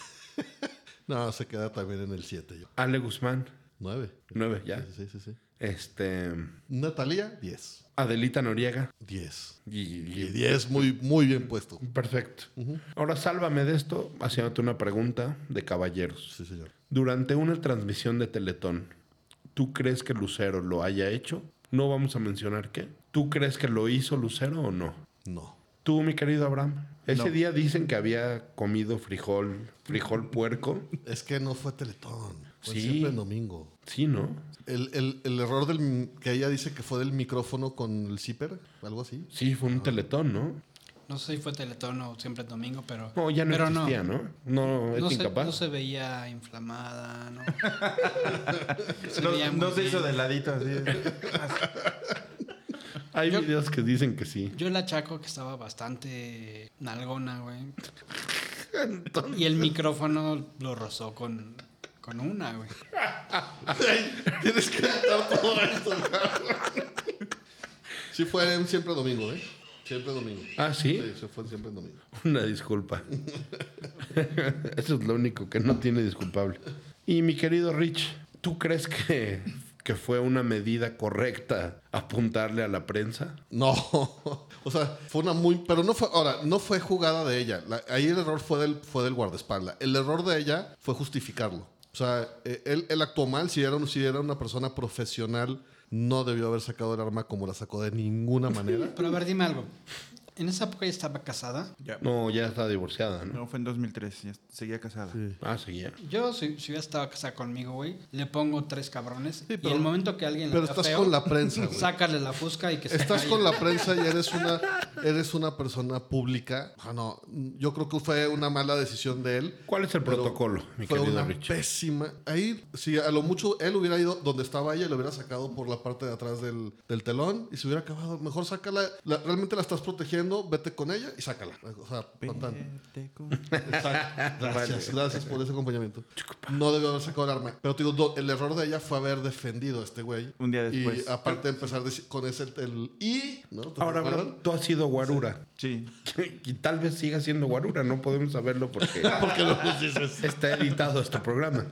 No, se queda también en el 7. Yo.
Ale Guzmán,
9.
9, ya.
Sí, sí, sí.
Este.
Natalia, 10.
Adelita Noriega.
10.
Y, y-
Y 10 muy, muy bien puesto.
perfecto. Ahora sálvame de esto haciéndote una pregunta de caballeros.
Sí, señor.
Durante una transmisión de Teletón, ¿tú crees que Lucero lo haya hecho? No vamos a mencionar qué. ¿Tú crees que lo hizo Lucero o no?
No.
Tú, mi querido Abraham. Ese
No.
día dicen que había comido frijol, frijol puerco.
Es que no fue Teletón. Fue
Sí.
siempre en domingo.
Sí, ¿no?
El, el- el error del, que ella dice que fue del micrófono con el zipper, algo así.
Sí, fue un teletón, ¿no?
No sé si fue Teletón o siempre el domingo, pero.
No, ya no
pero
existía,
no.
¿no. No, es
No se,
incapaz.
no se veía inflamada,
[laughs]
no. Se
No,
veía muy
no se hizo
bien.
de ladito así.
[laughs] Hay
Yo-
videos que dicen que sí.
Yo la chaco que estaba bastante nalgona, güey. Y el micrófono lo rozó con, con una, güey.
Tienes que editar todo esto. cabrón. sí fue en siempre domingo, ¿eh? Siempre domingo.
Ah,
Sí,
¿sí?
se fue en siempre domingo.
[laughs] Una disculpa. [laughs] Eso es lo único que no tiene disculpable. Y mi querido Rich, ¿tú crees que, que fue una medida correcta apuntarle a la prensa?
No, [laughs] o sea, fue una muy, pero no fue, ahora, no fue jugada de ella. La- ahí el error fue del, fue del guardaespaldas. El error de ella fue justificarlo. O sea, eh, él, él actuó mal, si era, un- si era una persona profesional, no debió haber sacado el arma como la sacó de ninguna manera.
[laughs] Pero a ver, dime algo. En esa época ella estaba casada.
Ya. No.
No, ya está divorciada, ¿no?
fue en 2003, ya seguía casada.
Ah, seguía.
Yo, si, si hubiera estado casada conmigo, güey, le pongo tres cabrones.
pero-
y el momento que alguien
pero
vea
estás con la prensa, güey.
Sácale la fusca y que se
Estás
calle.
con la prensa y eres una, eres una persona pública. Ah, no, yo creo que fue una mala decisión de él.
¿Cuál es el
Pero
protocolo, mi
fue
querido
una
Rich?
pésima. Ahí, si a lo mucho él hubiera ido donde estaba ella, le hubiera sacado por la parte de atrás del, del telón y se hubiera acabado. Mejor sácala. La- realmente la estás protegiendo, vete con ella y sácala. O sea, tan, tan.
Vete con-
Exacto. Gracias, gracias por ese acompañamiento. No debió haber sacado el arma. Pero te digo, do- el error de ella fue haber defendido a este güey.
Un día después.
Y aparte empezar deci- con ese el y, ¿no? ¿Te
Ahora,
acuerdas?
Abraham, tú has sido guarura.
Sí.
[laughs] Y tal vez siga siendo guarura, no podemos saberlo porque
[laughs] Porque no nos dices.
está editado este programa.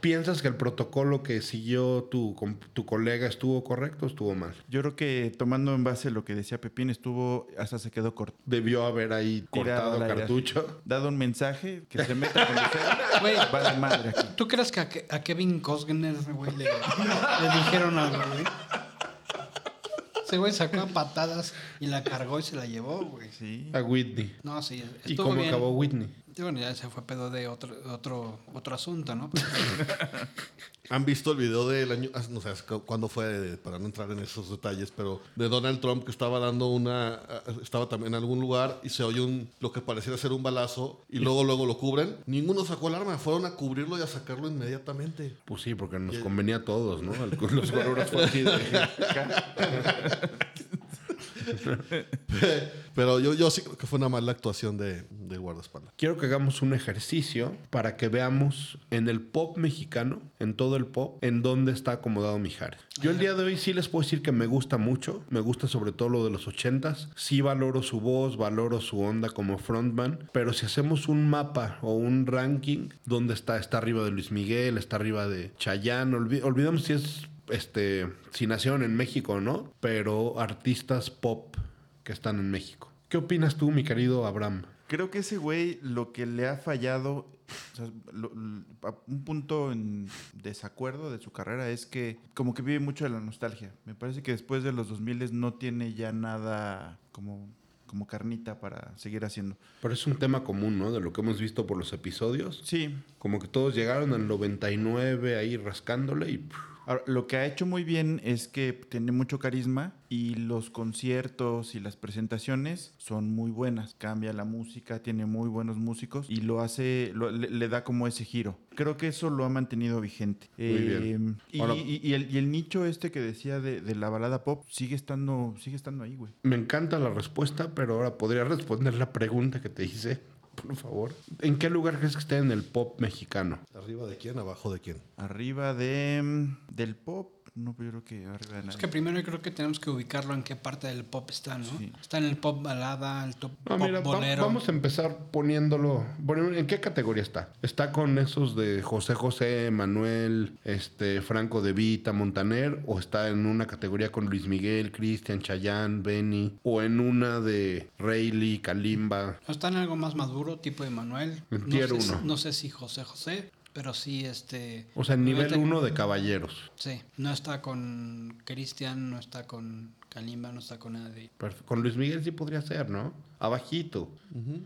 ¿Piensas que el protocolo que siguió tu, com- tu colega estuvo correcto o estuvo mal?
Yo creo que tomando en base lo que decía Pepín, estuvo hasta se quedó corto.
Debió haber ahí
Tirado
cortado
al aire.
cartucho.
Dado un mensaje que se meta con [laughs] usted.
Güey.
Va de madre aquí.
¿Tú crees que a, Ke- a Kevin Costner, güey, le, le dijeron algo, güey? Ese güey sacó a patadas y la cargó y se la llevó, güey.
Sí.
A Whitney.
No, sí, estuvo
¿Y cómo
bien.
acabó Whitney?
Y Bueno, ya se fue pedo de otro, otro, otro asunto, ¿no? Pero-
¿Han visto el video del año, ah, no sé cu- cuándo fue, eh, para no entrar en esos detalles, pero de Donald Trump que estaba dando una, ah, estaba también en algún lugar y se oye un, lo que pareciera ser un balazo y luego, luego lo cubren? Ninguno sacó el arma, fueron a cubrirlo y a sacarlo inmediatamente. [laughs]
Pues sí, porque nos convenía a todos, ¿no? Al- Los guaruras fue así de-
Pero yo, yo sí creo que fue una mala actuación de, del guardaespaldas.
Quiero que hagamos un ejercicio para que veamos en el pop mexicano, en todo el pop, en dónde está acomodado Mijares. Yo el día de hoy sí les puedo decir que me gusta mucho, me gusta sobre todo lo de los ochentas, sí valoro su voz, valoro su onda como frontman, pero si hacemos un mapa o un ranking, ¿dónde está? Está arriba de Luis Miguel, está arriba de Chayanne, olvi- olvidamos si es, este, si nacieron en México o no, pero artistas pop que están en México. ¿Qué opinas tú, mi querido Abraham?
Creo que ese güey lo que le ha fallado, o sea, lo- l- a- un punto en desacuerdo de su carrera es que como que vive mucho de la nostalgia. Me parece que después de los 2000 no tiene ya nada como, como carnita para seguir haciendo.
Pero es un tema común, ¿no? De lo que hemos visto por los episodios.
Sí,
Como que todos llegaron al 99 ahí rascándole y... pff,
Ahora, lo que ha hecho muy bien es que tiene mucho carisma y los conciertos y las presentaciones son muy buenas. Cambia la música, tiene muy buenos músicos y lo hace, lo- le, le da como ese giro. Creo que eso lo ha mantenido vigente. Eh,
bien.
Y,
Ahora-
y- y el, y el nicho este que decía de, de la balada pop sigue estando, sigue estando ahí, güey.
Me encanta la respuesta, pero ahora podría responder la pregunta que te hice, por favor. ¿En qué lugar crees que esté en el pop mexicano?
¿Arriba de quién? ¿Abajo de quién?
Ah, este,
Pero sí, este.
O sea, nivel
obviamente-
uno de caballeros.
Sí, no está con Cristian, no está con Kalimba, no está con nadie.
Perf- Con Luis Miguel sí podría ser, ¿no? Abajito.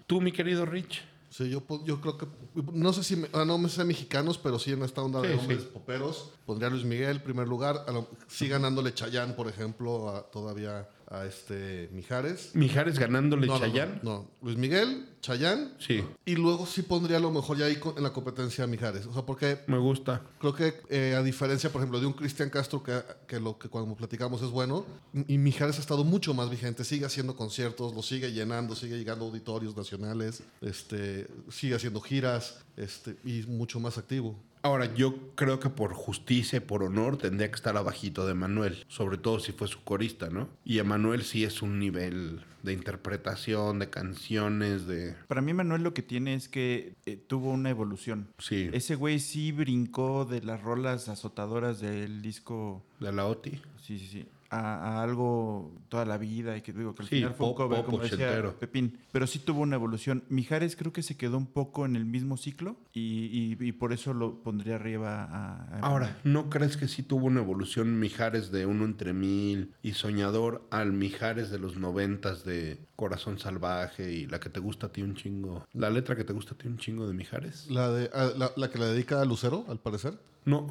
Tú, mi querido Rich.
Sí, yo, po- yo creo que. No sé si. me- ah, no me sé mexicanos, pero sí en esta onda de
Sí,
hombres
sí.
poperos. Pondría a Luis Miguel en primer lugar. A lo- sí ganándole Chayán, por ejemplo, a- todavía a este Mijares.
Mijares ganándole
No, no,
Chayán.
No, no. Luis Miguel, Chayán.
Sí,
Y luego sí pondría a lo mejor ya ahí con- en la competencia a Mijares. O sea, porque
me gusta.
Creo que eh, a diferencia, por ejemplo, de un Cristian Castro, que, que lo que cuando platicamos es bueno, y Mijares ha estado mucho más vigente, sigue haciendo conciertos, lo sigue llenando, sigue llegando a auditorios nacionales, este, sigue haciendo giras, este, y mucho más activo.
Ahora, yo creo que por justicia y por honor tendría que estar abajito de Manuel, sobre todo si fue su corista, ¿no? Y Emanuel sí es un nivel de interpretación, de canciones, de...
Para mí Manuel lo que tiene es que eh, tuvo una evolución.
Sí,
Ese güey sí brincó de las rolas azotadoras del disco,
de la OTI.
sí, sí, sí, a, a algo toda la vida y que digo que al
Sí,
final fue un
pop,
cover,
pop
como decía
ochentero.
Pepín, pero sí tuvo una evolución. Mijares creo que se quedó un poco en el mismo ciclo y, y- y por eso lo pondría arriba a... a-
Ahora, ¿no crees que sí tuvo una evolución Mijares de uno entre mil y soñador al Mijares de los noventas de Corazón Salvaje y la que te gusta a ti un chingo? ¿La letra que te gusta a ti un chingo de Mijares?
La, de, a- la, la que le dedica a Lucero, al parecer.
No,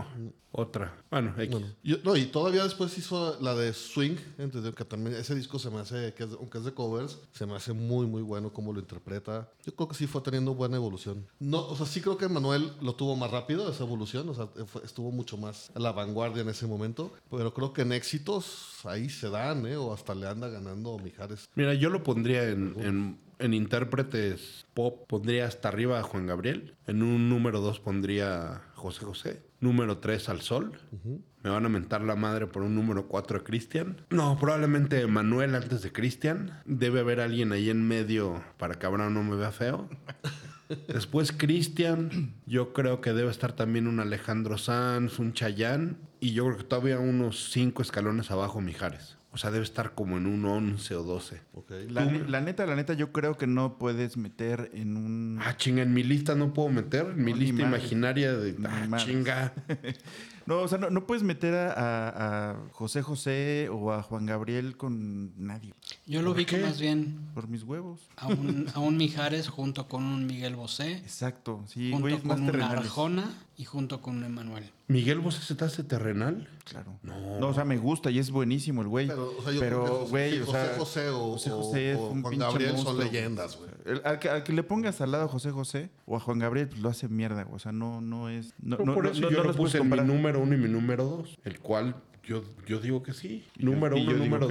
otra. Bueno, X.
Bueno, yo- no, y todavía después hizo la de Swing, entonces, que también ese disco se me hace, que es- aunque es de covers, se me hace muy, muy bueno cómo lo interpreta. Yo creo que sí fue teniendo buena evolución. No, o sea, sí creo que Manuel lo tuvo más rápido, esa evolución, o sea, eh, fue- estuvo mucho más a la vanguardia en ese momento, pero creo que en éxitos ahí se dan, ¿eh? O hasta le anda ganando Mijares.
Mira, yo lo pondría en, en- en intérpretes pop, pondría hasta arriba a Juan Gabriel. En un número 2 pondría a José José. Número 3 al Sol. Me van a mentar la madre por un número 4 a Cristian. No, probablemente Manuel antes de Cristian. Debe haber alguien ahí en medio para que Abraham no me vea
[laughs]
feo. Después Cristian, yo creo que debe estar también un Alejandro Sanz, un Chayán, y yo creo que todavía unos 5 escalones abajo Mijares. O sea, debe estar como en un 11 o 12.
Ok.
La, ne- la neta, la neta, yo creo que no puedes meter en un...
Ah, chinga, en mi lista no puedo meter, en mi
No, ni
lista
madres.
imaginaria de...
Ni
Ah,
madres. [laughs]
chinga.
No, o sea, no, no puedes meter a, a- a José José o a Juan Gabriel con nadie.
Yo lo ubico más bien
Por mis huevos.
a un, a un Mijares junto con un Miguel Bosé,
Exacto, sí,
junto
güeyes más
con un
terrenales.
Arjona y junto con un Emanuel.
¿Miguel Bosé se te hace terrenal?
Claro.
No.
No, o sea, me gusta y es buenísimo el güey.
Pero, o sea, yo creo que
Pero,
José-
güey, o
José
sea,
José o-
José José
o-
es
o
un
Juan
pinche
Gabriel son
monstruo.
leyendas, güey.
El- al, que, al que le pongas al lado a José José o a Juan Gabriel, pues lo hace mierda, güey. O sea, no, no es. No,
No,
no-
por
no-
eso
no-
yo
no
lo
los puedes
puse en mi
comparar.
número 1 y mi número 2, el cual yo, yo digo que sí.
Y yo-
número
y yo
1,
digo
número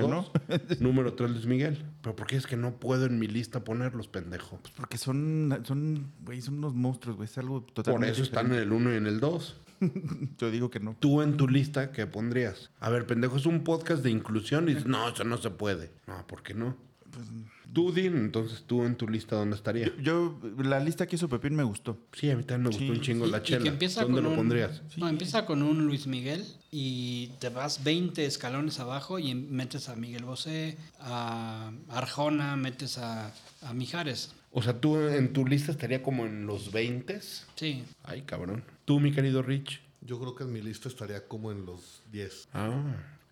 que
2, [laughs] número 3 Luis Miguel. Pero ¿por qué es que no puedo en mi lista ponerlos, pendejo? Pues,
Porque son, son, güey, son unos monstruos, güey. Es algo
Por
totalmente.
eso están en el 1 y en el 2.
diferente. Yo digo que no.
Tú en tu lista, ¿qué pondrías? A ver, pendejo, es un podcast de inclusión y dices, no, eso no se puede. No, ¿por qué no?
Pues,
Tú, Din, entonces tú en tu lista, ¿dónde estaría?
Yo, la lista que hizo Pepín me gustó.
Sí, a mí también me
Sí,
gustó un chingo
Y- y
la
que
chela.
empieza
¿Dónde
con
lo
un-
pondrías?
No, empieza con un Luis Miguel y te vas 20 escalones abajo y metes a Miguel Bosé, a Arjona, metes a, a Mijares.
O sea, tú en tu lista estaría como en los 20
Sí,
Ay, cabrón. Tú, mi querido Rich.
Yo creo que en mi lista estaría como en los 10.
Ah.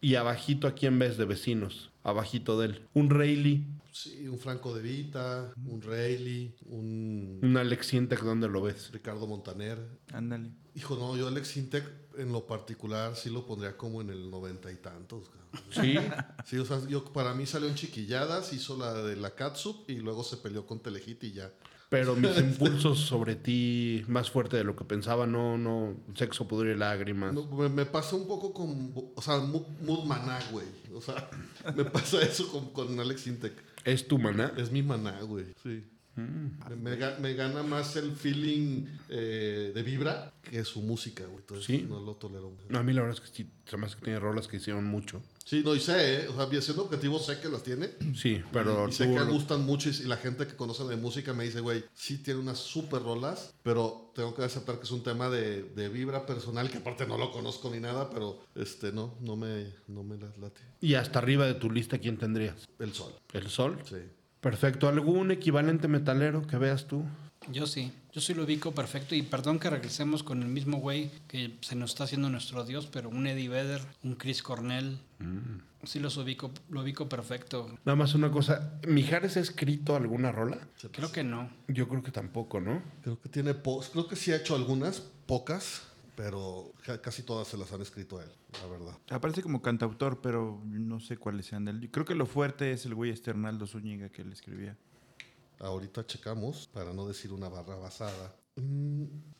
Y abajito aquí en vez de vecinos. Abajito de él. Un Rayleigh,
Sí, un Franco De Vita, un Rayleigh, un
un Alex Sintek, ¿dónde lo ves?
Ricardo Montaner.
Ándale.
Hijo, no, yo Alex Intec en lo particular sí lo pondría como en el noventa y tantos. cabrón.
Sí.
Sí, o sea, yo, para mí salió en Chiquilladas, hizo la de la Catsup y luego se peleó con Telehit y ya.
Pero mis impulsos sobre ti, más fuerte de lo que pensaba, no, no. Sexo, pudre y lágrimas.
No, me, me pasa un poco con, o sea, Mood, Mood Maná, güey. O sea, [laughs] me pasa eso con, con Alex Intec.
¿Es tu maná?
Es mi maná, güey. Sí. Me-
Mm.
Me, ga- me gana más el feeling eh, de vibra que su música, güey. Entonces
Sí.
no lo tolero. güey.
No, a mí la verdad es que sí. Se me hace que tiene rolas que hicieron mucho.
Sí, no, y sé, ¿eh? o sea, bien, siendo objetivo sé que las tiene.
Sí, pero
Mm. y sé
tú
que
lo-
gustan mucho y, y la gente que conoce de música me dice, güey, sí tiene unas súper rolas, pero tengo que aceptar que es un tema de, de vibra personal, que aparte no lo conozco ni nada, pero este, no, no me, no me las late.
Y hasta arriba de tu lista, ¿quién tendrías?
El sol,
¿El sol?
sí.
Perfecto. ¿Algún equivalente metalero que veas tú?
Yo sí, yo sí lo ubico perfecto y perdón que regresemos con el mismo güey que se nos está haciendo nuestro dios, pero un Eddie Vedder, un Chris Cornell,
Mm.
sí los ubico, lo ubico perfecto.
Nada más una cosa, ¿Mijares ha escrito alguna rola?
Creo que no.
Yo creo que tampoco, ¿no?
Creo que tiene post, creo que sí ha hecho algunas, pocas, pero ca- casi todas se las han escrito a él, la verdad.
Aparece como cantautor, pero no sé cuáles sean de él. Creo que lo fuerte es el güey Esternaldo Zúñiga que le escribía.
Ahorita checamos, para no decir una barra basada.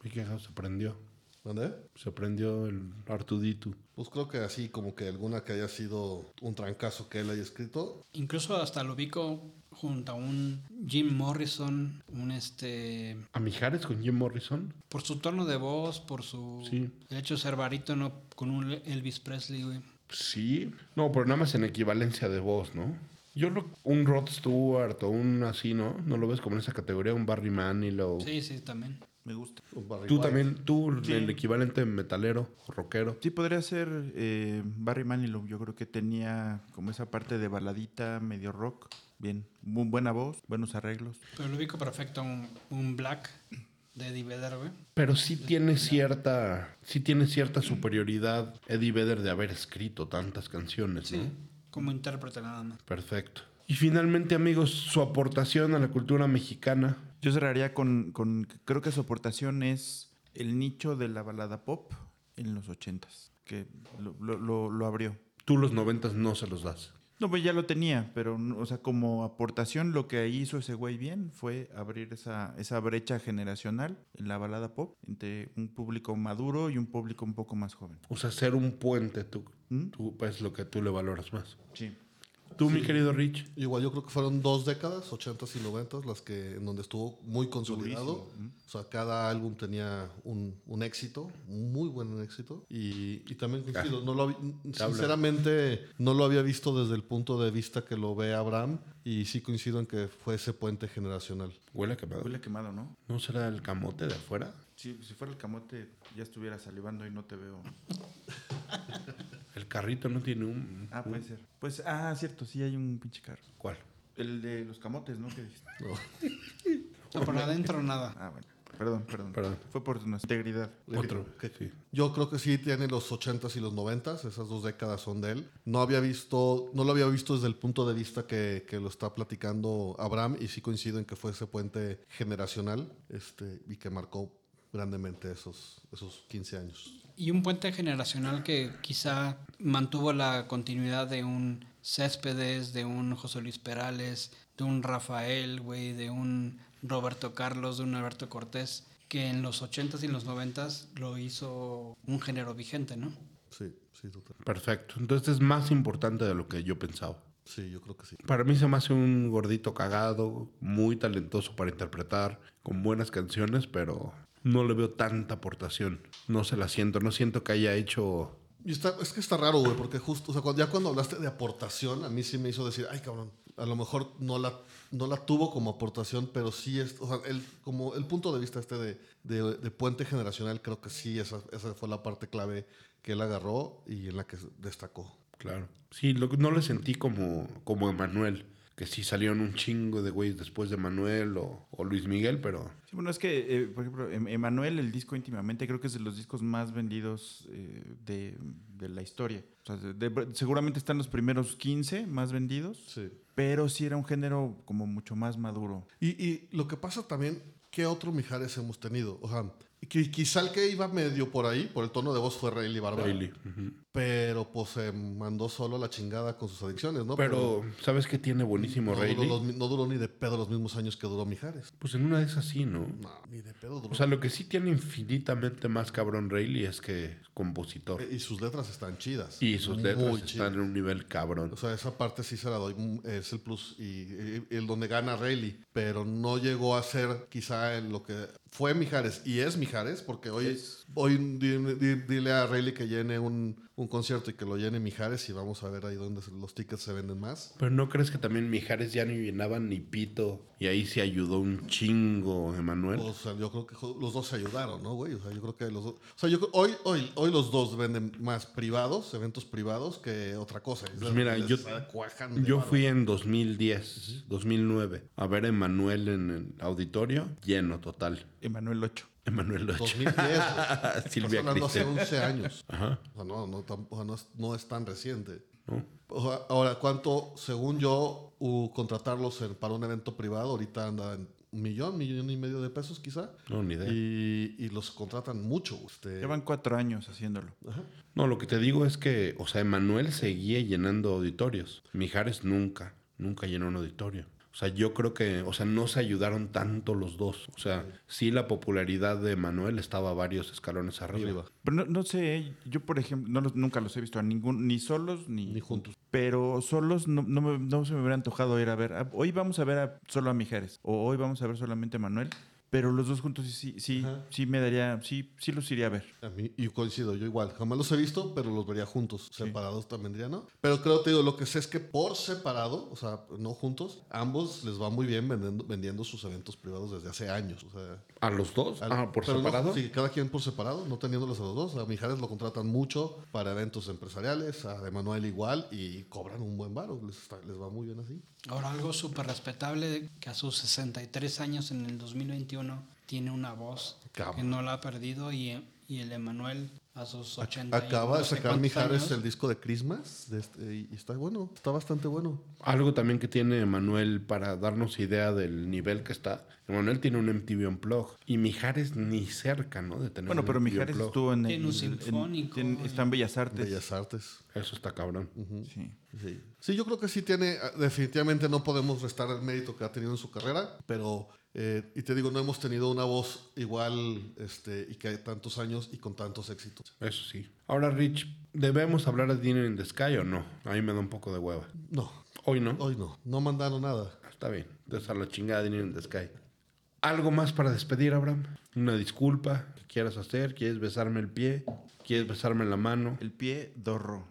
Mijares se prendió.
¿Dónde?
Se prendió el Artuditu.
Pues creo que así, como que alguna que haya sido un trancazo que él haya escrito.
Incluso hasta lo ubico junto a un Jim Morrison, un este...
¿A Mijares con Jim Morrison?
Por su tono de voz, por su...
Sí.
El hecho de ser barítono con un Elvis Presley, güey.
Sí. No, pero nada más en equivalencia de voz, ¿no? Yo lo, un Rod Stewart o un así, ¿no? ¿No lo ves como en esa categoría? Un Barry Manilow.
Sí, sí, también.
Me gusta.
un Barry
Tú
White.
también, tú el equivalente metalero, rockero.
Sí, podría ser eh, Barry Manilow. Yo creo que tenía como esa parte de baladita, medio rock. Bien, muy buena voz, buenos arreglos.
Pero lo ubico perfecto, un, un Black de Eddie Vedder, güey.
Pero sí tiene cierta, sí tiene cierta superioridad Eddie Vedder de haber escrito tantas canciones,
Sí,
¿no?
como intérprete nada más.
Perfecto. Y finalmente, amigos, su aportación a la cultura mexicana.
Yo cerraría con, con- creo que su aportación es el nicho de la balada pop en los ochentas, que lo, lo- lo- lo abrió.
Tú los noventas no se los das.
No, pues ya lo tenía, pero no- o sea, como aportación lo que hizo ese güey bien fue abrir esa, esa brecha generacional en la balada pop entre un público maduro y un público un poco más joven.
O sea, ser un puente, tú,
¿Mm?
tú es lo que tú le valoras más.
Sí.
Tú, mi querido Rich.
Igual yo creo que fueron dos décadas, 80s y 90s, las que en donde estuvo muy consolidado. O sea, cada álbum tenía un, un éxito, un muy buen éxito. Y, y también coincido, no lo hab-
habla.
sinceramente no lo había visto desde el punto de vista que lo ve Abraham. Y sí coincido en que fue ese puente generacional.
Huele a quemado.
Huele quemado, ¿no?
¿No será el camote de afuera?
Sí, si fuera el camote ya estuviera salivando y no te veo.
El carrito no tiene un...
Ah, pues. puede ser. Pues, ah, cierto, sí hay un pinche carro.
¿Cuál?
El de los camotes, ¿no? ¿Qué dijiste?
No.
No, por adentro nada.
Ah, bueno. Perdón, perdón.
Perdón.
Fue por nuestra integridad.
Otro. Sí.
Yo creo que sí tiene los 80s y los 90s, esas dos décadas son de él. No había visto, no lo había visto desde el punto de vista que, que lo está platicando Abraham y sí coincido en que fue ese puente generacional este, y que marcó grandemente esos, esos 15 años.
Y un puente generacional que quizá mantuvo la continuidad de un Céspedes, de un José Luis Perales, de un Rafael, güey, de un Roberto Carlos, de un Alberto Cortés, que en los 80s y los 90s lo hizo un género vigente, ¿no?
Sí, sí, total.
Perfecto. Entonces es más importante de lo que yo pensaba.
Sí, yo creo que sí.
Para mí se me hace un gordito cagado, muy talentoso para interpretar, con buenas canciones, pero no le veo tanta aportación. No se la siento, no siento que haya hecho...
Y está- es que está raro, güey, porque justo, o sea, cuando- ya cuando hablaste de aportación, a mí sí me hizo decir, ay, cabrón, a lo mejor no la, no la tuvo como aportación, pero sí es, o sea, el, como el punto de vista este de, de- de puente generacional, creo que sí, esa, esa fue la parte clave que él agarró y en la que destacó.
Claro. Sí, lo- no le sentí como, como Emanuel, que sí salieron un chingo de güeyes después de Manuel o, o Luis Miguel, pero
Sí, bueno, es que, eh, por ejemplo, Em- Emanuel, el disco íntimamente, creo que es de los discos más vendidos eh, de, de la historia. O sea, de- de- seguramente están los primeros 15 más vendidos,
Sí.
pero sí era un género como mucho más maduro.
Y, y lo que pasa también, ¿qué otro Mijares hemos tenido? O sea, qui- quizá el que iba medio por ahí, por el tono de voz, fue Rayleigh Barba.
Bailey. Ujú.
Pero pues se mandó solo a la chingada con sus adicciones, ¿no?
Pero, ¿sabes qué tiene buenísimo
No duró,
Rayleigh?
los mi- no duró ni de pedo los mismos años que duró Mijares.
Pues en una de esas sí, ¿no?
No, ni de pedo duró.
O sea, lo que sí tiene infinitamente más cabrón Rayleigh es que es compositor.
y sus letras están chidas.
Y sus
Eh, Muy
letras
chidas.
están en un nivel cabrón.
O sea, esa parte sí se la doy, mm, es el plus y, y- y el donde gana Rayleigh, pero no llegó a ser quizá en lo que fue Mijares y es Mijares, porque hoy, hoy di- di- dile a Rayleigh que llene un, un concierto y que lo llene Mijares y vamos a ver ahí donde se- los tickets se venden más.
Pero ¿no crees que también Mijares ya no llenaban ni pito? Y ahí se ayudó un chingo, Emanuel.
Pues, O sea, yo creo que jo- los dos se ayudaron, ¿no, güey? O sea, yo creo que los dos... O sea, yo creo- hoy, hoy, hoy los dos venden más privados, eventos privados, que otra cosa. Es
Pues
la-
mira,
les
yo,
cuajan de
yo
varo.
fui en 2010, 2009, a ver a Emanuel en el auditorio, lleno total.
Emanuel 8.
Emanuel lo
2010,
[laughs]
güey.
Silvia
Estás hablando hace
Cristel.
11 años.
Ajá.
O sea, no, no, tam- o sea, no es, no es tan reciente.
¿no?
O sea, ahora, ¿cuánto, según yo, u- contratarlos en- para un evento privado ahorita anda en un millón, millón y medio de pesos quizá?
No, ni idea.
Y, y los contratan mucho. Este, Usted.
Llevan cuatro años haciéndolo.
No, lo que te digo es que, o sea, Emanuel seguía llenando auditorios. Mijares nunca, nunca llenó un auditorio. O sea, yo creo que, o sea, no se ayudaron tanto los dos. O sea, sí la popularidad de Emanuel estaba varios escalones arriba.
Arriba.
Pero no, no sé, ¿eh? yo por ejemplo, no los- nunca los he visto a ningún, ni solos ni,
Ni juntos.
Pero solos no, no me- no se me hubiera antojado ir a ver. "Ah, Hoy vamos a ver a- solo a Mijares o hoy vamos a ver solamente a Manuel. Pero los dos juntos sí, sí, sí,
Ajá.
sí me daría, sí, sí los iría a ver.
A mí, y coincido, yo igual. Jamás los he visto, pero los vería juntos. Separados también diría, ¿no? Pero creo, te digo, lo que sé es que por separado, o sea, no juntos, ambos les va muy bien vendiendo, vendiendo sus eventos privados desde hace años. O sea,
¿A los dos?
Al-
ah, por
pero no,
separado.
sí, cada quien por separado, no teniéndolos a los dos. A Mijares lo contratan mucho para eventos empresariales, a Emanuel igual, y cobran un buen varo. Les, está- les va muy bien así.
Ahora, algo súper respetable que a sus 63 años en el 2021 tiene una voz
Cabrón.
que no la ha perdido y, y el Emanuel a sus 80 y
Acaba de
no sé
sacar
cuántos
Mijares
años,
el disco de Christmas de este- y y está bueno, está bastante bueno.
Algo también que tiene Emanuel para darnos idea del nivel que está. Emanuel tiene un MTV Unplugged y Mijares ni cerca, ¿no? De tener
Bueno,
un
pero
MTV
Mijares
Unplugged.
estuvo en el.
Tiene un
en-
sinfónico,
en-
y-
está en Bellas Artes.
Bellas Artes.
Eso está cabrón.
Sí.
Sí. Sí, yo creo que sí tiene, ah, definitivamente no podemos restar el mérito que ha tenido en su carrera, pero, eh, y te digo, no hemos tenido una voz igual este, y que hay tantos años y con tantos éxitos.
Eso sí. Ahora, Rich, ¿debemos hablar de Dinner in the Sky o no? A mí me da un poco de hueva.
No,
Hoy no.
hoy no, no mandaron nada.
Está bien. Entonces a la chingada Dinner in the Sky. ¿Algo más para despedir, Abraham? Una disculpa que quieras hacer. ¿Quieres besarme el pie? ¿Quieres besarme la mano?
El pie dorro.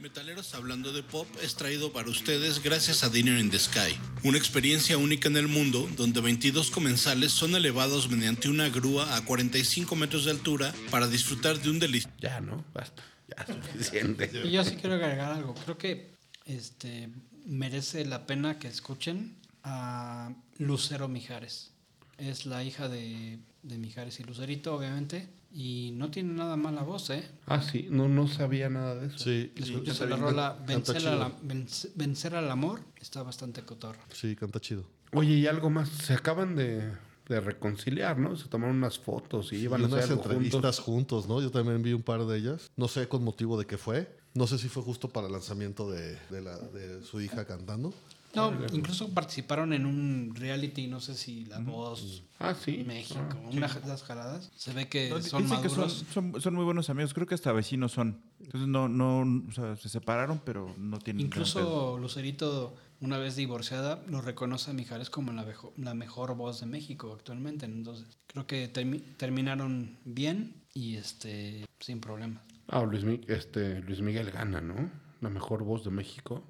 Metaleros Hablando de Pop es traído para ustedes gracias a Dinner in the Sky, una experiencia única en el mundo donde 22 comensales son elevados mediante una grúa a 45 metros de altura para disfrutar de un delicioso...
Ya, ¿no? Basta. Ya, [laughs] suficiente.
[laughs]
Y yo sí quiero agregar algo. Creo que este merece la pena que escuchen a Lucero Mijares. Es la hija de, de Mijares y Lucerito, obviamente. Y no tiene nada mala voz, ¿eh?
Ah, sí. No, no sabía nada de eso.
Sí,
Escúchense
sí,
la
canta-
rola
canta
vencer,
chido.
a la- vence- vencer al amor. Está bastante cotorra.
Sí, canta chido.
Oye, y algo más. Se acaban de, de reconciliar, ¿no? Se tomaron unas fotos y iban
Y
a hacer
unas
algo juntos.
entrevistas juntos. ¿no? Yo también vi un par de ellas. No sé con motivo de qué fue. No sé si fue justo para el lanzamiento de, de la- de su hija cantando. [laughs]
No, incluso participaron en un reality, no sé si La Voz
Ah, sí.
México, una de esas jaladas. Se ve que
No,
Eh, son
dicen que
maduros.
son- son muy buenos amigos. Creo que hasta vecinos son. Entonces no, no, o sea, se separaron, pero no tienen. gran pedo.
Incluso Lucerito, una vez divorciada, lo reconoce a Mijares como la, mejo- la mejor voz de México actualmente. Entonces, creo que termi- terminaron bien y este sin problemas.
Ah, Luis, Mi- este, Luis Miguel gana, ¿no? La mejor voz de México.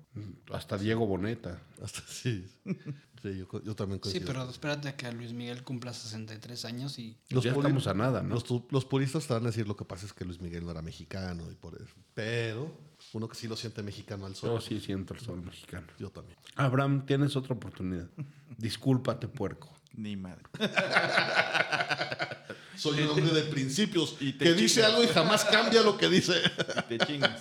Hasta Diego Boneta.
Hasta sí. Sí, yo, co- yo también
Sí,
coincido.
pero espérate a que Luis Miguel cumpla 63 años y
Los
ya
puri-
estamos a nada, ¿no?
Los, tu- los puristas te van a decir lo que pasa es que Luis Miguel no era mexicano y por eso. Pero uno que sí lo siente mexicano al sol.
Yo Oh, sí siento el sol mexicano.
Yo también.
Abraham, tienes otra [laughs] oportunidad. Discúlpate, puerco.
Ni madre. [laughs]
Soy un hombre de principios
Y te
que dice
chingas.
algo y jamás cambia lo que dice. [laughs]
Te chingas.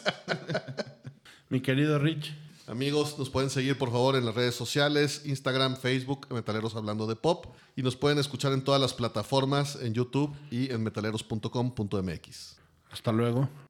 Mi querido Rich,
Amigos, nos pueden seguir por favor en las redes sociales, Instagram, Facebook, Metaleros Hablando de Pop. Y nos pueden escuchar en todas las plataformas, en YouTube y en metaleros.com.mx.
hasta luego.